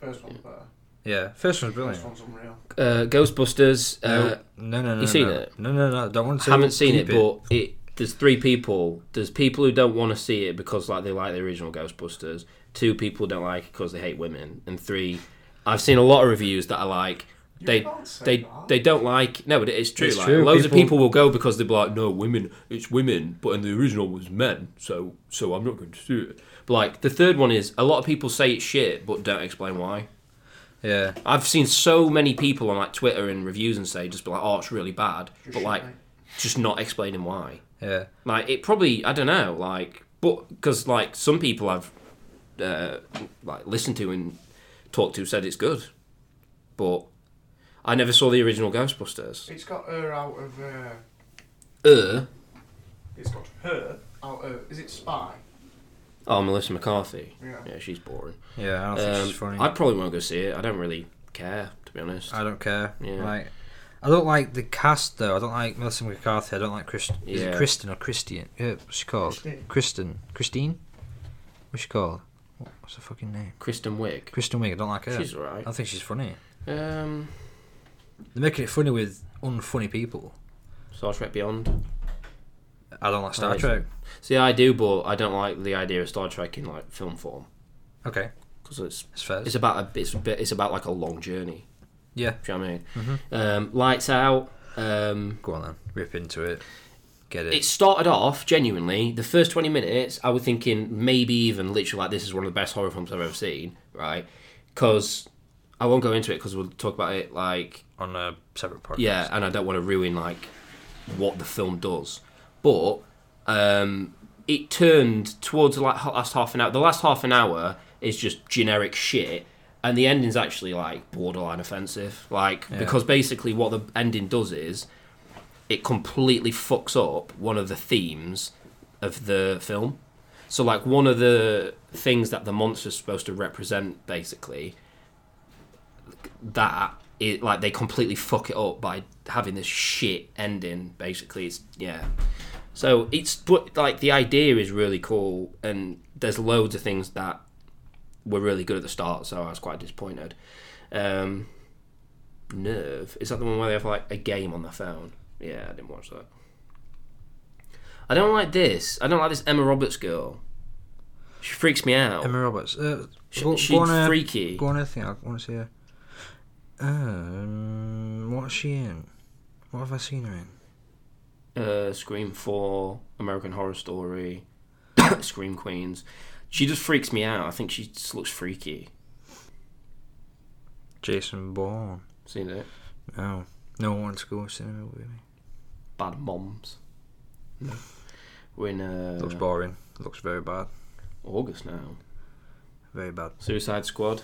First one's better.
Yeah, first one's brilliant.
First one's unreal.
Uh, Ghostbusters uh,
no, no, no.
you
no,
seen
no.
it?
No, no, no. Don't want to.
haven't seen
keep
it, but it there's three people. There's people who don't want to see it because like they like the original Ghostbusters. Two people don't like it because they hate women, and three, I've seen a lot of reviews that are like
You
they
can't say
they
that.
they don't like. No, but it's true.
It's
like,
true,
Loads
people-
of people will go because they'll be like, no, women, it's women, but in the original was men, so so I'm not going to do it. But like the third one is a lot of people say it's shit, but don't explain why.
Yeah,
I've seen so many people on like Twitter and reviews and say just be like, oh, it's really bad,
Just
but
shit,
like
mate.
just not explaining why.
yeah.
Like it probably, I don't know, like, but because like some people I've uh, like listened to and talked to said it's good, but I never saw the original Ghostbusters.
It's got her out of. Uh,
Er,
it's got her out of. oh, Is it Spy?
oh Melissa McCarthy,
Yeah.
yeah, she's boring.
Yeah, I don't think
Um,
she's funny.
I probably won't go see it. I don't really care to be honest.
I don't care.
Yeah.
Like, I don't like the cast though. I don't like Melissa McCarthy. I don't like Chris. Is it
Yeah.
Kristen or Christian? Yeah, what's she called?
Christine.
Kristen. Christine. What's she called? What- What's her fucking name?
Kristen Wiig,
Kristen Wiig. I don't like her.
she's
I
alright.
don't think she's funny.
Um,
They're making it funny with unfunny people.
Star Trek Beyond.
I don't like Star
Right.
Trek.
See, I do, but I don't like the idea of Star Trek in like film form
Okay,
because it's
it's fair.
it's about a it's a bit it's about like a long journey.
yeah.
Do you know what I mean? Um, lights out. Um,
Go on then. Rip into it. get it.
It started off genuinely the first twenty minutes. I was thinking maybe even literally like this is one of the best horror films I've ever seen, right? Because I won't go into it because we'll talk about it like
on a separate podcast.
yeah, and I don't want to ruin like what the film does, but um, it turned towards like h- last half an hour. The last half an hour is just generic shit, and the ending's actually like borderline offensive. Like
Yeah.
because basically what the ending does is it completely fucks up one of the themes of the film. So like one of the things that the monster's supposed to represent, basically, that it like they completely fuck it up by having this shit ending. Basically, it's yeah. So it's but like the idea is really cool, and there's loads of things that were really good at the start. So I was quite disappointed. Um, Nerve is that the one where they have like a game on their phone? Yeah, I didn't watch that. I don't like this. I don't like this Emma Roberts girl. She freaks me out.
Emma Roberts. Uh,
Oh. She-
go- go
she's
on a-
freaky.
Go on anything. I want to see her. Um, what's she in? What have I seen her in?
uh, Scream Four, American Horror Story, Scream Queens. She just freaks me out. I think she just looks freaky.
Jason Bourne.
Seen it?
No, no one wants to go to cinema with me.
Bad moms. We're in
Looks
uh,
boring. Looks very bad.
August now.
Very bad.
Suicide Squad.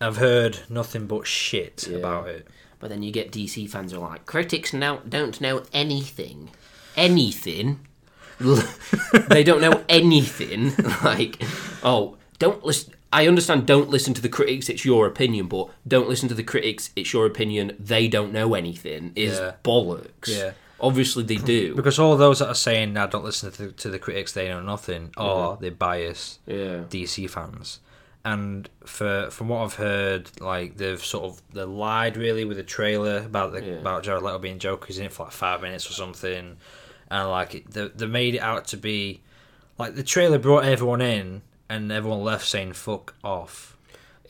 I've heard nothing but shit
Yeah.
about it.
But then you get DC fans who are like, critics now don't know anything. Anything. they don't know anything. like, oh, don't listen. I understand don't listen to the critics, it's your opinion, but don't listen to the critics, it's your opinion, they don't know anything is
Yeah.
bollocks.
Yeah.
Obviously they do.
Because all those that are saying now don't listen to the, to the critics, they know nothing, or
Mm-hmm.
they bias
Yeah.
DC fans. And for from what I've heard, like they've sort of they lied really with the trailer about the
Yeah.
about Jared Leto being Joker. He's in it for like five minutes or something, and like it, they they made it out to be like the trailer brought everyone in, and everyone left saying "fuck off,"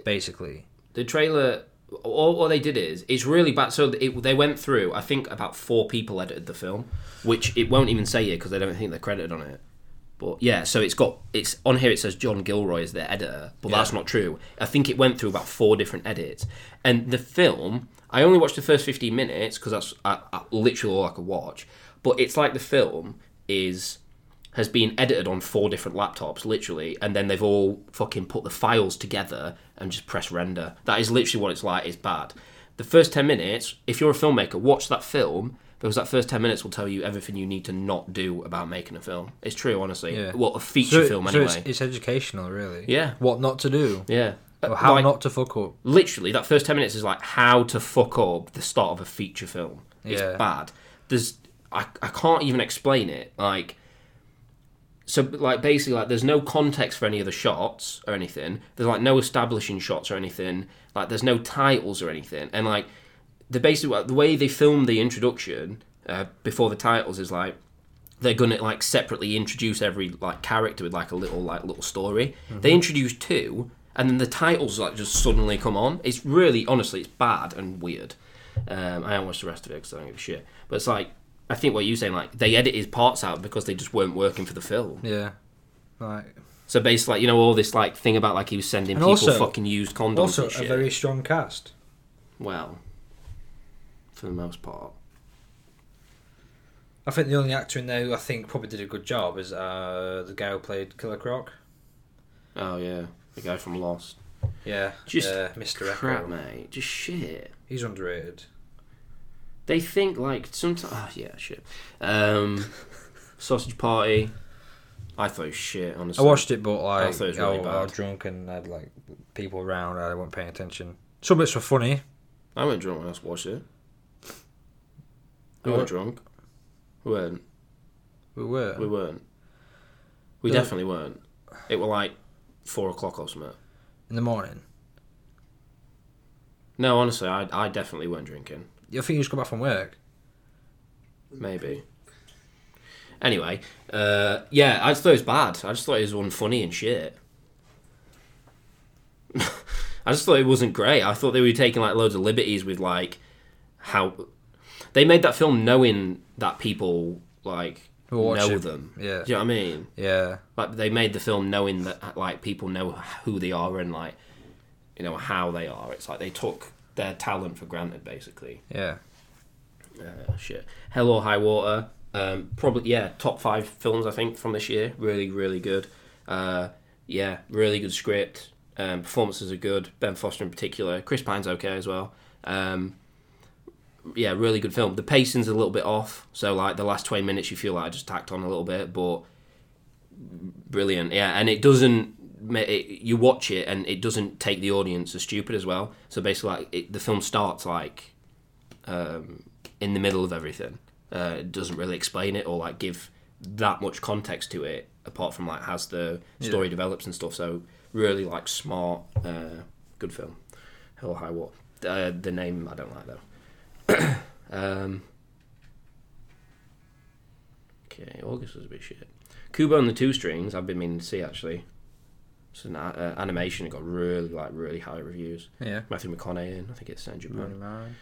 basically.
the trailer all, all they did is it's really bad so it, they went through i think about four people edited the film which it won't even say here because they don't think they're credited on it but yeah so it's got it's on here it says john gilroy is their editor but that's not true i think it went through about four different edits and the film i only watched the first 15 minutes because that's I, I, literally all i could watch but it's like the film is has been edited on four different laptops, literally, and then they've all fucking put the files together and just press render. That is literally what it's like. It's bad. The first 10 minutes, if you're a filmmaker, watch that film because that first 10 minutes will tell you everything you need to not do about making a film. It's true, honestly.
Yeah.
Well, a feature
it-
film,
it's,
anyway.
it's educational, really.
Yeah.
What not to do,
yeah. Uh,
or how
Like,
not to fuck up.
literally that first 10 minutes is like how to fuck up the start of a feature film it's
Yeah.
bad there's I, I can't even explain it like so like basically like there's no context for any of the shots or anything there's like no establishing shots or anything like there's no titles or anything and like the basically the way they film the introduction uh, before the titles is like they're gonna like separately introduce every like character with like a little like little story. They introduce two, and then the titles like just suddenly come on. It's really honestly, it's bad and weird. Um, I haven't watched the rest of it because I don't give a shit. But it's like I think what you're saying, like they edited parts out because they just weren't working for the film.
Yeah. Like
So basically, like, you know, all this like thing about like he was sending
And
people
also-
fucking used condoms
also
and
a
shit.
very strong cast.
Well, for the most part,
I think the only actor in there who I think probably did a good job is uh, the guy who played Killer Croc.
oh yeah, the guy from Lost,
Yeah,
Just
uh, Mr.
crap,
Echo.
mate, just shit.
He's underrated.
They think like sometimes. Oh yeah, shit. Um, sausage party. I thought it was shit.
I
Honestly,
watched it, but
I
like
thought it was
I,
really
was- I was
bad.
drunk and I had like people around. I wasn't paying attention. Some bits were funny.
I went drunk when I watched it. We
I
weren't
wa-
drunk. We weren't.
We were.
We weren't. We
No.
definitely weren't. It were like four o'clock or something.
in the morning.
No, honestly, I I definitely weren't drinking.
I think you just got back from work.
Maybe. Anyway, uh, yeah, I just thought it was bad. I just thought it was unfunny and shit. I just thought it wasn't great. I thought they were taking like loads of liberties with like how they made that film, knowing that people like
We'll watch
know
it.
them.
Yeah.
Do you know what I mean?
Yeah.
Like they made the film knowing that like people know who they are and like you know how they are. It's like they took their talent for granted basically.
Yeah.
Uh, shit. Hell or High Water. Um, probably yeah, top five films I think from this year. Really, really good. Uh, yeah, really good script. Um, performances are good. Ben Foster in particular. Chris Pine's okay as well. Um, yeah, really good film. The pacing's a little bit off, so like the last twenty minutes, you feel like I just tacked on a little bit, but brilliant. Yeah, and it doesn't. ma- It, you watch it, and it doesn't take the audience as stupid as well. So basically, like it, the film starts like um, in the middle of everything. Uh, it doesn't really explain it or like give that much context to it, apart from like as the story develops and stuff. So really like smart, uh, good film. Hell or High Water. Uh, the name I don't like though. um, okay, August was a bit shit. Kubo and the Two Strings. I've been meaning to see actually. It's an a- uh, animation. It got really like really high reviews.
Yeah.
Matthew McConaughey. and I think it's San Japan.
Money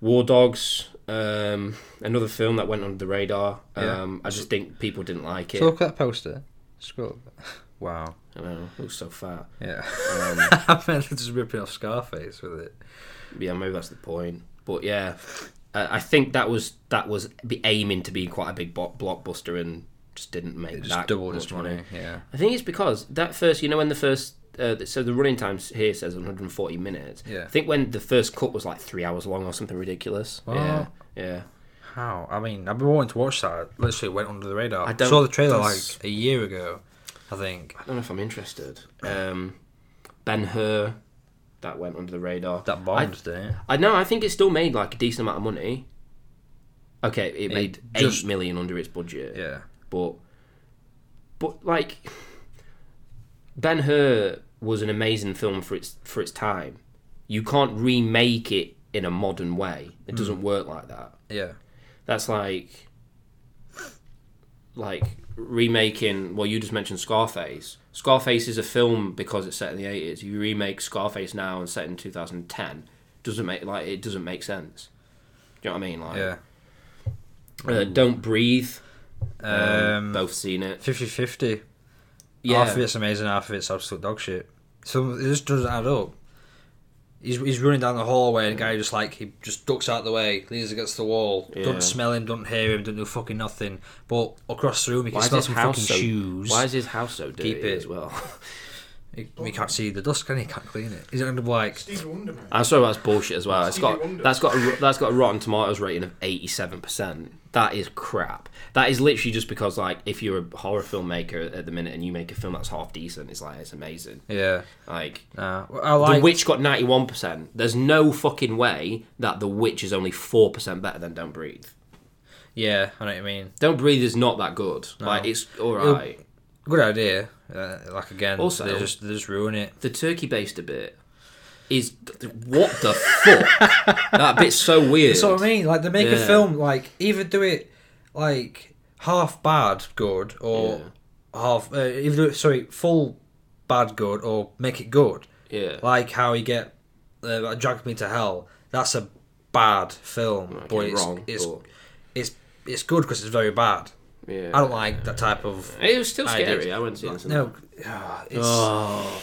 War Dogs, um, another film that went under the radar.
Yeah.
Um, I just think people didn't like it.
So look at that poster. Scroll. Wow.
I don't know, it looks so fat.
Yeah.
Um,
I meant just ripping off Scarface with it.
yeah, maybe that's the point. But yeah, I, I think that was that was be aiming to be quite a big bo- blockbuster and just didn't make
It just
that
doubled
much
its money. Yeah.
I think it's because that first, you know, when the first, uh, so the running time here says 140 minutes.
Yeah.
I think when the first cut was like three hours long or something ridiculous.
Wow.
Yeah, yeah.
How? I mean, I've been wanting to watch that. I Literally went under the radar.
I
I
don't-
saw the trailer
that's-
like a year ago, I think.
I don't know if I'm interested. Um, ben Hur, that went under the radar.
That bombed, didn't it?
I know. I think it still made like a decent amount of money. Okay, it
It
made
just-
eight million under its budget.
Yeah.
but but like Ben Hur was an amazing film for its for its time. You can't remake it in a modern way. It doesn't
Mm.
work like that.
Yeah.
That's like like remaking well you just mentioned Scarface. Scarface is a film because it's set in the eighties. You remake Scarface now and set in two thousand and ten. Doesn't make like it doesn't make sense. Do you know what I mean? Like
Yeah.
uh, Don't Breathe. Um,
Um,
both seen it.
50 50.
Yeah.
Half of it's amazing, half of it's absolute dog shit. So it just doesn't add up. He's, he's running down the hallway and the guy just like he just ducks out the way, leans against the wall.
Yeah.
Don't smell him, don't hear him, don't do fucking nothing. But across the room, he can
Why is
smell
his
some fucking
house so-
shoes.
Why is his house so dirty
it.
as well?
He, he can't see the dust, can he? He can't clean it. He's gonna be like,
Stevie Wonder, mate.
I'm sorry, that's bullshit as well. It's
Stevie
got
Wonder.
that's got a, that's got a Rotten Tomatoes rating of 87. percent That is crap. That is literally just because like if you're a horror filmmaker at the minute and you make a film that's half decent, it's like it's amazing.
yeah,
Like
nah. Well, I like.
The Witch got 91. percent There's no fucking way that The Witch is only four percent better than Don't Breathe.
yeah, I know what you mean.
Don't Breathe is not that good. Like it's all right.
Good idea. Uh, like again,
Also-
they just they just ruin it.
the turkey based a bit is what the fuck? That bit's so weird.
That's what I mean. Like they make
Yeah.
a film, like either do it like half bad good or half uh, either do it, sorry full bad good or make it good.
Yeah.
Like how you get uh, like, Drag Me to Hell. That's a bad film,
Like,
but
it's
it's
wrong,
it's,
but-
it's it's good because it's very bad.
Yeah.
I don't like that type of.
It was still
ideas.
scary. I wouldn't see this.
No, ah, it's.
Oh,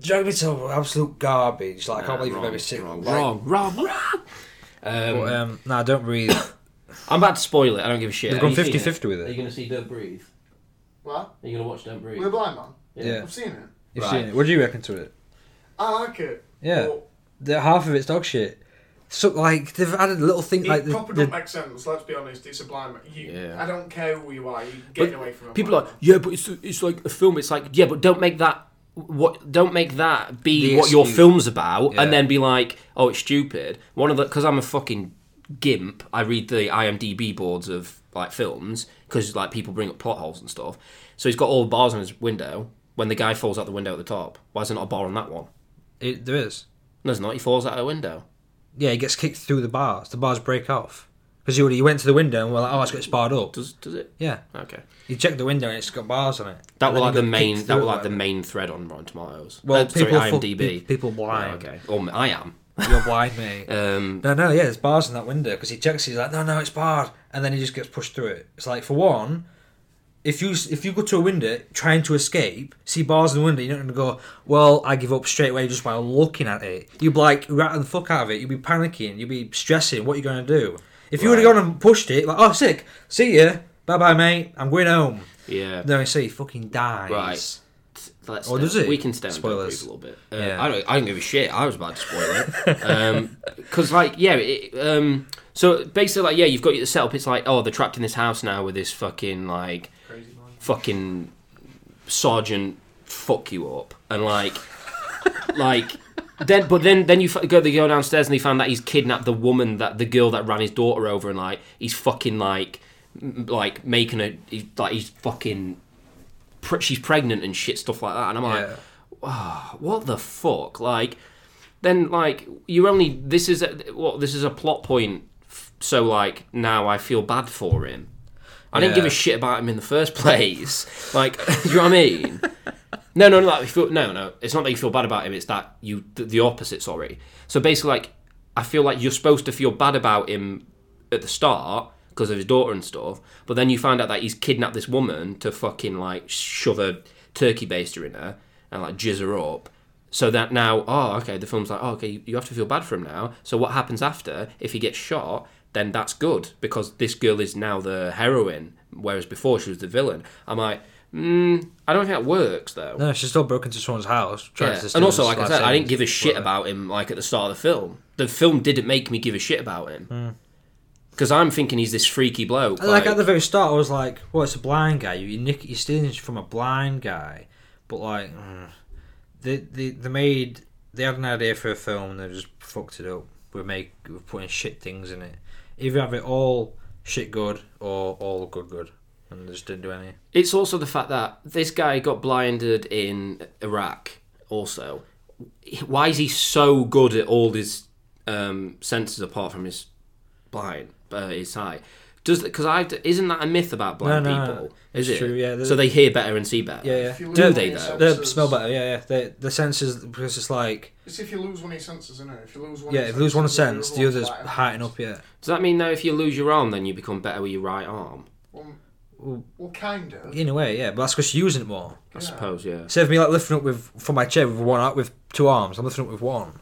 Drag Me to Hell, absolute garbage. Like I can't believe
wrong,
you made me sit.
wrong,
like-
wrong, wrong, wrong. Um,
But, um, nah, don't breathe.
I'm about to spoil it. I don't give a shit.
They've
Have
gone
you seen
50-50 with it.
Are you going to see Don't Breathe?
What?
Are you going to watch Don't Breathe?
We're blind man.
Yeah.
I've seen it.
You've
Right.
seen it. What do you reckon to it?
I like it.
Yeah.
But
The half of it's dog shit. So like they've added little things
it
like the,
proper
the-
don't make sense. Let's be honest. It's a blind man. You,
Yeah.
I don't care who you are. You're getting away from it.
People are like, yeah, but it's, it's like a film. It's like, yeah, but don't make that what don't make that be
The
what your
excuse.
film's about,
Yeah.
and then be like, oh, it's stupid. One of the because I'm a fucking gimp. I read the IMDb boards of like films because like people bring up plot holes and stuff. So he's got all the bars on his window. When the guy falls out the window at the top, why is there not a bar on that one?
it, there is.
No, there's not. He falls out a window.
Yeah, he gets kicked through the bars. The bars break off because you you went to the window and were like, oh, it's got it's barred up.
Does does it?
Yeah,
Okay.
you check the window and it's got bars on it.
That
And
were
then
like
you
the
got
main.
kicked
That
through
were like
it.
the main thread on Rotten Tomatoes.
Well,
Uh, sorry,
people fu-
IMDb.
pe- people blind.
Yeah, okay. Or I am.
You're blind, mate.
Um,
No, no, yeah, there's bars in that window because he checks. He's like, no, no, it's barred, and then he just gets pushed through it. It's like, for one, if you if you go to a window trying to escape, see bars in the window, you're not going to go, well, I give up straight away just by looking at it. You'd be like ratting the fuck out of it. You'd be panicking. You'd be stressing. What are you going to do? If you would
Right.
have gone and pushed it, like, oh, sick, see ya, bye bye, mate, I'm going home.
yeah.
No, so he fucking dies.
Right. Let's
Or Oh, does it?
We can stay on Don't
Spoilers.
Breathe a little bit. Uh,
Yeah.
I don't. I don't give a shit. I was about to spoil it. Because like yeah, it, um, so basically like yeah, you've got your setup. It's like oh, they're trapped in this house now with this fucking like
Crazy man.
fucking sergeant fuck you up and like like then but then then you f- go they go downstairs and they found that he's kidnapped the woman that the girl that ran his daughter over and like he's fucking like m- like making a he's like he's fucking pre- she's pregnant and shit stuff like that and I'm like
Yeah.
"Ah, what the fuck like then like you're only this is a, what this is a plot point f- so like now I feel bad for him I didn't give a
Yeah.
shit about him in the first place. Like, do you know what I mean? No, no, no. Like, you feel, no, no. It's not that you feel bad about him. It's that you th- the opposite. Sorry. So basically, like, I feel like you're supposed to feel bad about him at the start because of his daughter and stuff. But then you find out that he's kidnapped this woman to fucking like shove a turkey baster in her and like jizz her up. So that now, oh, okay. The film's like, oh, okay. You have to feel bad for him now. So what happens after if he gets shot? Then that's good because this girl is now the heroine, whereas before she was the villain. I'm like, mm, I don't think that works though.
No, she still broke into someone's house. tried
Yeah.
to steal
And also,
his
like I
life
said, I didn't
savings.
give a shit
Well,
about him like at the start of the film. The film didn't make me give a shit about him because I'm thinking he's this freaky bloke.
Like, at the very start, I was like, "Well, it's a blind guy. You, you nick, you're stealing from a blind guy." But like, mm, they, they they made they had an idea for a film and they just fucked it up. We make we're putting shit things in it. Either have it all shit good or all good good, and they just didn't do any.
It's also the fact that this guy got blinded in Iraq. Also, why is he so good at all his um, senses apart from his blind, uh, his sight? Does because I isn't that a myth about blind
No, no,
people? Is
it's
it?
true, yeah.
so they hear better and see better.
Yeah, yeah.
If you
Do
lose
they,
one of
though?
your
They
senses-
smell better. Yeah, yeah. They, the senses because it's like
It's if you lose one of your senses, isn't it? If you lose one,
yeah,
of
if
your
you lose one
senses,
sense, the
other
other's
one's like-
heightened up. Yeah.
Does that mean though if you lose your arm, then you become better with your right arm?
Well,
Well,
well, kind of.
in a way, yeah. But that's because you're using it more.
I
Yeah.
suppose. Yeah.
Instead of me like lifting up with from my chair with one ar- with two arms, I'm lifting up with one.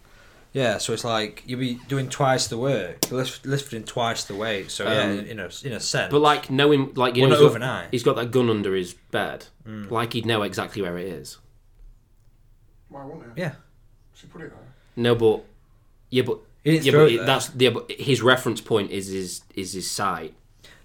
Yeah, so it's like you'll be doing twice the work, you're lift, lifting twice the weight. So yeah,
Um,
in a in a sense.
But like knowing, like you
Well,
know, he's
not
got-
overnight. Mm.
he's got that gun under his bed. Like he'd know exactly where it is.
Why wouldn't it?
Yeah.
She put it there.
No, but yeah, but
He didn't
yeah,
throw
but
it
it-
there.
that's yeah, but his reference point is his is his sight.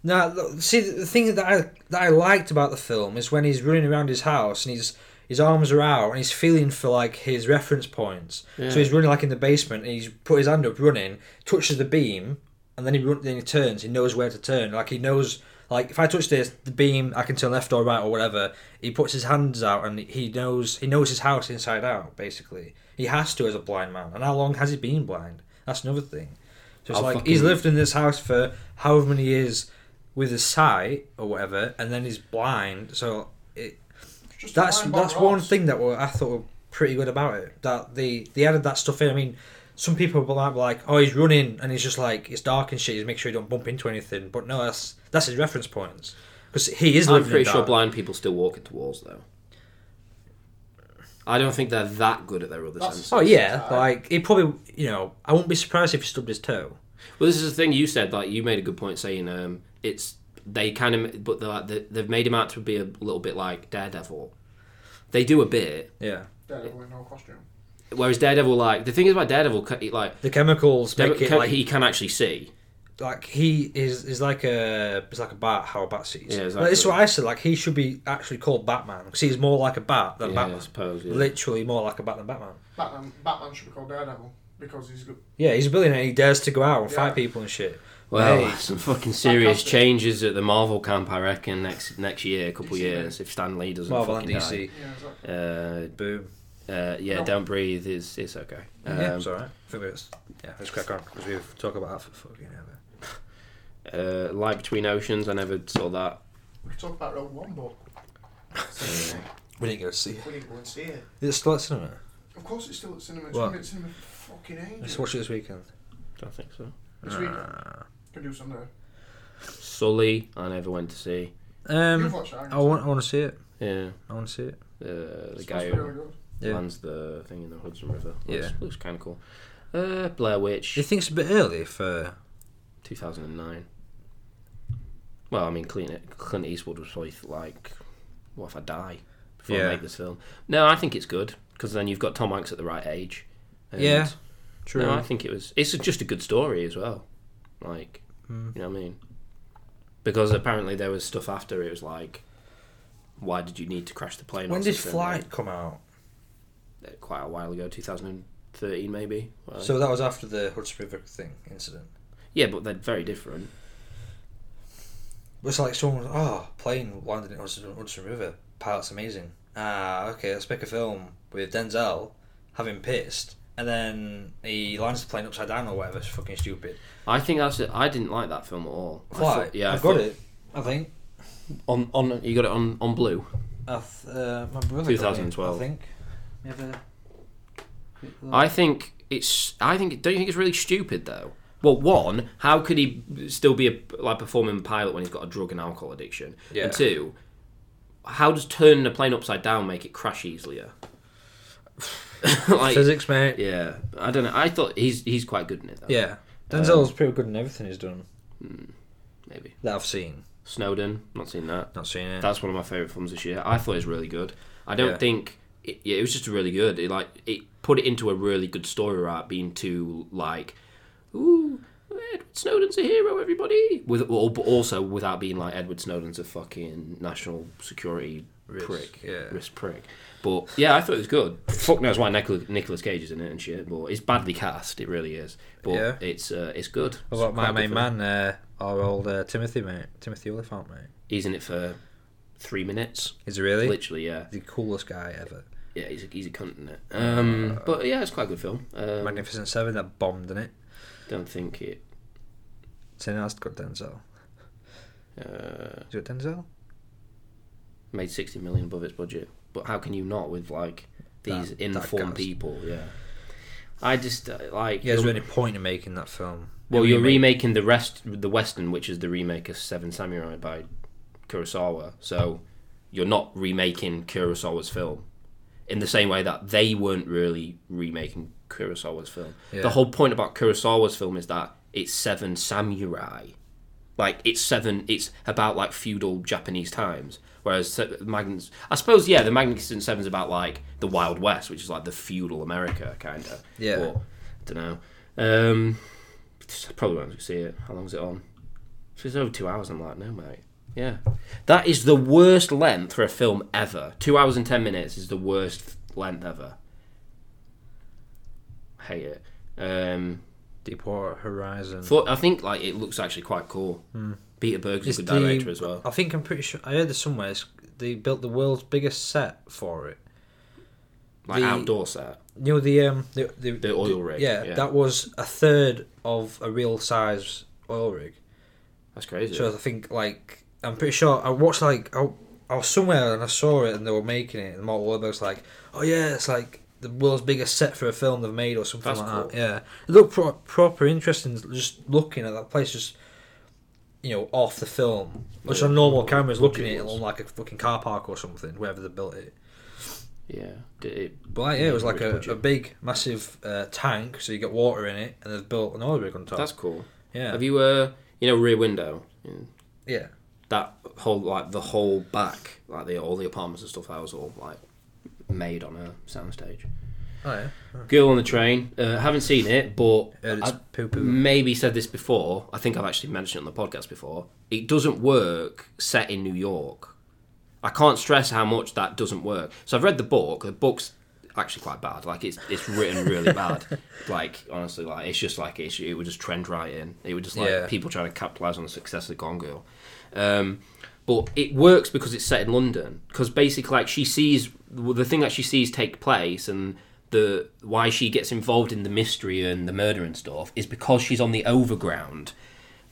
Now, look, see the thing that I that I liked about the film is when he's running around his house and he's his arms are out and he's feeling for like his reference points.
Yeah.
So he's running like in the basement and he's put his hand up running, touches the beam, and then he run, then he turns. He knows where to turn. Like he knows like if I touch this the beam, I can turn left or right or whatever. He puts his hands out and he knows he knows his house inside out. Basically, he has to as a blind man. And how long has he been blind? That's another thing. So it's
I'll
like
fucking-
he's lived in this house for however many years with his sight or whatever, and then he's blind. So it,
It's Just a
that's
blind Bob
that's one
Ross.
thing that were, I thought were pretty good about it. That they they added that stuff in. I mean, some people might be like, "Oh, he's running," and he's just like, "It's dark and shit." He's make sure he don't bump into anything. But no, that's that's his reference points because he is
I'm
living.
pretty
in
sure
dark.
blind people still walk into walls though. I don't think they're that good at their other
That's-
senses.
Oh yeah,
Sorry.
like he probably you know I wouldn't be surprised if he stubbed his toe.
Well, this is the thing you said. Like you made a good point saying um, it's they kind of but they're like, they- they've made him out to be a little bit like Daredevil. They do a bit,
Yeah,
Daredevil with no costume.
whereas Daredevil like the thing is about Daredevil c- like.
the chemicals make
Daredevil
it
can-
like
he can actually see.
like he is is like a it's like a bat how a bat sees.
Yeah,
Like, this is what I said. Like he should be actually called Batman because he's more like a bat than
yeah, I
Batman.
suppose. yeah.
Literally more like a bat than Batman.
Batman, Batman should be called Daredevil because he's got
Yeah, he's a billionaire. He dares to go out and
Yeah.
fight people and shit.
Well,
Hey.
some fucking serious
Fantastic.
changes at the Marvel camp, I reckon. Next next year, a couple
DC,
years, if Stan Lee doesn't
Marvel and
fucking
DC.
yeah, exactly.
die. Uh,
Boom.
uh, yeah,
No.
don't breathe. Is it's okay. Um,
yeah, it's alright. I think it's yeah. Let's crack on because we've talked about that for fucking ever.
uh, Light between oceans. I never saw that. Uh,
We could talk about Rogue One, but
So,
We didn't go see it.
we need to go and see it.
It's still at cinema.
Of course, it's still at cinema. It's
What?
been at cinema for fucking
Let's
ages.
watch it this weekend. Uh,
Don't think so.
This week, could do something.
Sully, I never went to see.
You've
Um,
watched that.
I want, I want to see it.
Yeah,
I want to see it.
uh, the
It's
guy
supposed to be
who
really good.
Yeah.
lands the thing in the Hudson River. Looks,
Yeah.
looks kind of cool. Uh, Blair Witch,
Do you think it's a bit early for?
2009. Well, I mean, Clint, Clint Eastwood was probably like, what if I die before
Yeah.
I make this film? No, I think it's good because then you've got Tom Hanks at the right age. And
Yeah,
True. No, I think it was. It's just a good story as well. Like,
Hmm.
you know what I mean? Because apparently there was stuff after it was like, why did you need to crash the plane? or
When did
something?
Flight come out?
Uh, Quite a while ago, 2013 maybe. Well,
So that was after the Hudson River thing incident.
yeah, but they're very different.
It's like someone, was, oh, plane landed in Hudson, Hudson River. Pilot's amazing. Ah, okay, let's make a film with Denzel having pissed, and then he lands the plane upside down or whatever. It's fucking stupid.
I think that's. It. I didn't like that film at all. I
Flight.
thought- yeah, I
I've got
thought-
it. I think.
on on. You got it on on blue.
I th- uh, my brother. got it,
2012.
I think. You have a-
I think it's. I think. Don't you think it's really stupid though? Well, one, how could he still be a like performing pilot when he's got a drug and alcohol addiction?
Yeah.
And two, how does turning a plane upside down make it crash easier? like,
Physics, mate.
yeah, I don't know. I thought he's he's quite good in it. Though,
Yeah. Denzel's pretty good in everything he's done
maybe
that I've seen.
Snowden. Not seen that.
Not seen it.
That's one of my favorite films this year. I thought it was really good. I don't
Yeah.
think it, yeah, it was just really good. It like it put it into a really good story without being too like, ooh, Edward Snowden's a hero, everybody. With or, but also without being like Edward Snowden's a fucking national security
Risk,
prick,
yeah.
risk prick. But yeah, I thought it was good. Fuck knows why Nicolas, Nicolas Cage is in it and shit. But it's badly cast. It really is. But
Yeah.
it's uh, it's good.
What about
It's
my
quite good
main
film.
man, uh, our old uh, Timothy, mate? Timothy Oliphant, mate.
He's in it for three minutes.
Is he really?
Literally, yeah.
The coolest guy ever.
Yeah, he's a, he's a cunt in it. Um,
Uh,
but yeah, it's quite a good film. Um,
Magnificent Seven that bombed in it.
don't think it.
So now it's got Denzel.
Uh,
Is it Denzel?
made 60 million above its budget. But how can you not with like these
That- that
informed
cast.
people? Yeah. I just uh, like.
Yeah, there's really point in making that film.
well,
A
you're
remake.
remaking the rest, the Western, which is the remake of Seven Samurai by Kurosawa. So you're not remaking Kurosawa's film in the same way that they weren't really remaking Kurosawa's film.
Yeah.
The whole point about Kurosawa's film is that it's Seven Samurai. Like it's seven, it's about like feudal Japanese times. Whereas Se- Magnus, I suppose, yeah, the Magnificent Seven's about like the Wild West, which is like the feudal America kind of.
Yeah.
But, I don't know. Um, I probably won't see it. How long's it on? If it's over two hours, I'm like, no, mate. Yeah, that is the worst length for a film ever. Two hours and ten minutes is the worst length ever. Hate it. Um,
Deepwater Horizon.
thought I think like it looks actually quite cool. Peter Berg's
It's
a good
the-
director as well.
I think I'm pretty sure. I heard this somewhere. It's, they built the world's biggest set for it.
Like
the-
outdoor set,
You know the um the the,
the oil rig.
yeah,
Yeah,
that was a third of a real size oil rig.
that's crazy.
So I think like I'm pretty sure I watched like I, I was somewhere and I saw it and they were making it and Mark Wahlberg's like, oh yeah, it's like the world's biggest set for a film they've made or something
That's
like
cool.
that. Yeah, it looked pro- proper interesting. Just looking at that place, just you know, off the film. Which
Yeah.
on normal cameras, looking at it
Budget was.
on like a fucking car park or something, wherever they built it.
yeah, Did it,
But like, yeah, it was like
Which
a,
budget?
a big, massive uh, tank, so you get water in it, and they've built an oil rig on top.
that's cool.
yeah,
Have you uh, you know, Rear Window? Yeah.
yeah,
that whole like the whole back, like the all the apartments and stuff, that was all like made on a soundstage.
oh yeah.
Girl on the Train, uh, haven't seen it, but
Heard it's
I
poo-poo.
maybe said this before. I think I've actually mentioned it on the podcast before. It doesn't work set in New York. I can't stress how much that doesn't work. So I've read the book. The book's actually quite bad. Like it's it's written really bad. Like honestly, like it's just like it's, it would just trend right in. It would just like
Yeah.
people trying to capitalize on the success of Gone Girl. Um, but it works because it's set in London. Because basically, like she sees the thing that she sees take place and. The why she gets involved in the mystery and the murder and stuff is because she's on the overground,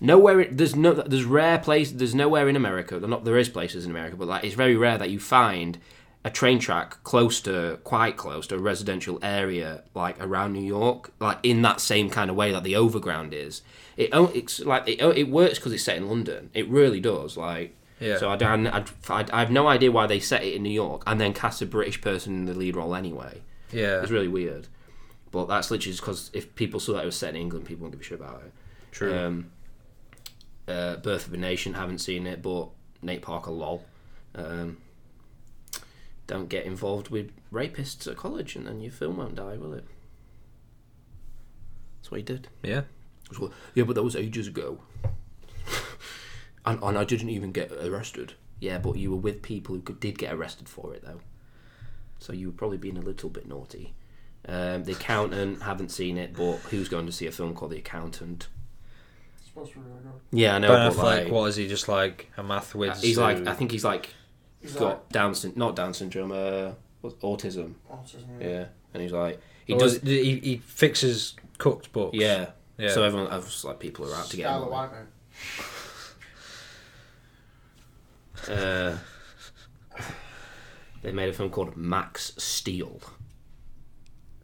Nowhere there's no there's rare places there's nowhere in America. Not there is places in America, but like it's very rare that you find a train track close to, quite close to a residential area, like around New York, like in that same kind of way that the Overground is. It o- it's like it, o- it works because it's set in London. It really does. Like
Yeah.
so, I, don't- I, I, I have no idea why they set it in New York and then cast a British person in the lead role anyway.
yeah.
It's really weird. But that's literally just because if people saw that it was set in England, people wouldn't give a shit about it.
True.
Um, uh, Birth of a Nation, haven't seen it, but Nate Parker, lol. Um, don't get involved with rapists at college, and then your film won't die, will it? That's what he did.
yeah.
It's like, yeah, but that was ages ago, and and I didn't even get arrested. Yeah, but you were with people who could, did get arrested for it though, so you were probably being a little bit naughty. Um, the Accountant, haven't seen it, but who's going to see a film called The Accountant?
It's supposed to be really good.
Yeah, I know.
Ben
but
Affleck,
like,
what is he? Just like a math whiz.
he's like,
who-
I think he's like
He's like oh,
got Down syndrome, not Down syndrome, uh, what's autism.
autism.
Yeah, and he's like, he
Or
does,
is- He, he fixes cooked books.
yeah.
Yeah.
So everyone, I was like, people are out to get him.
Scarlet White now.
Uh, they made a film called Max Steel.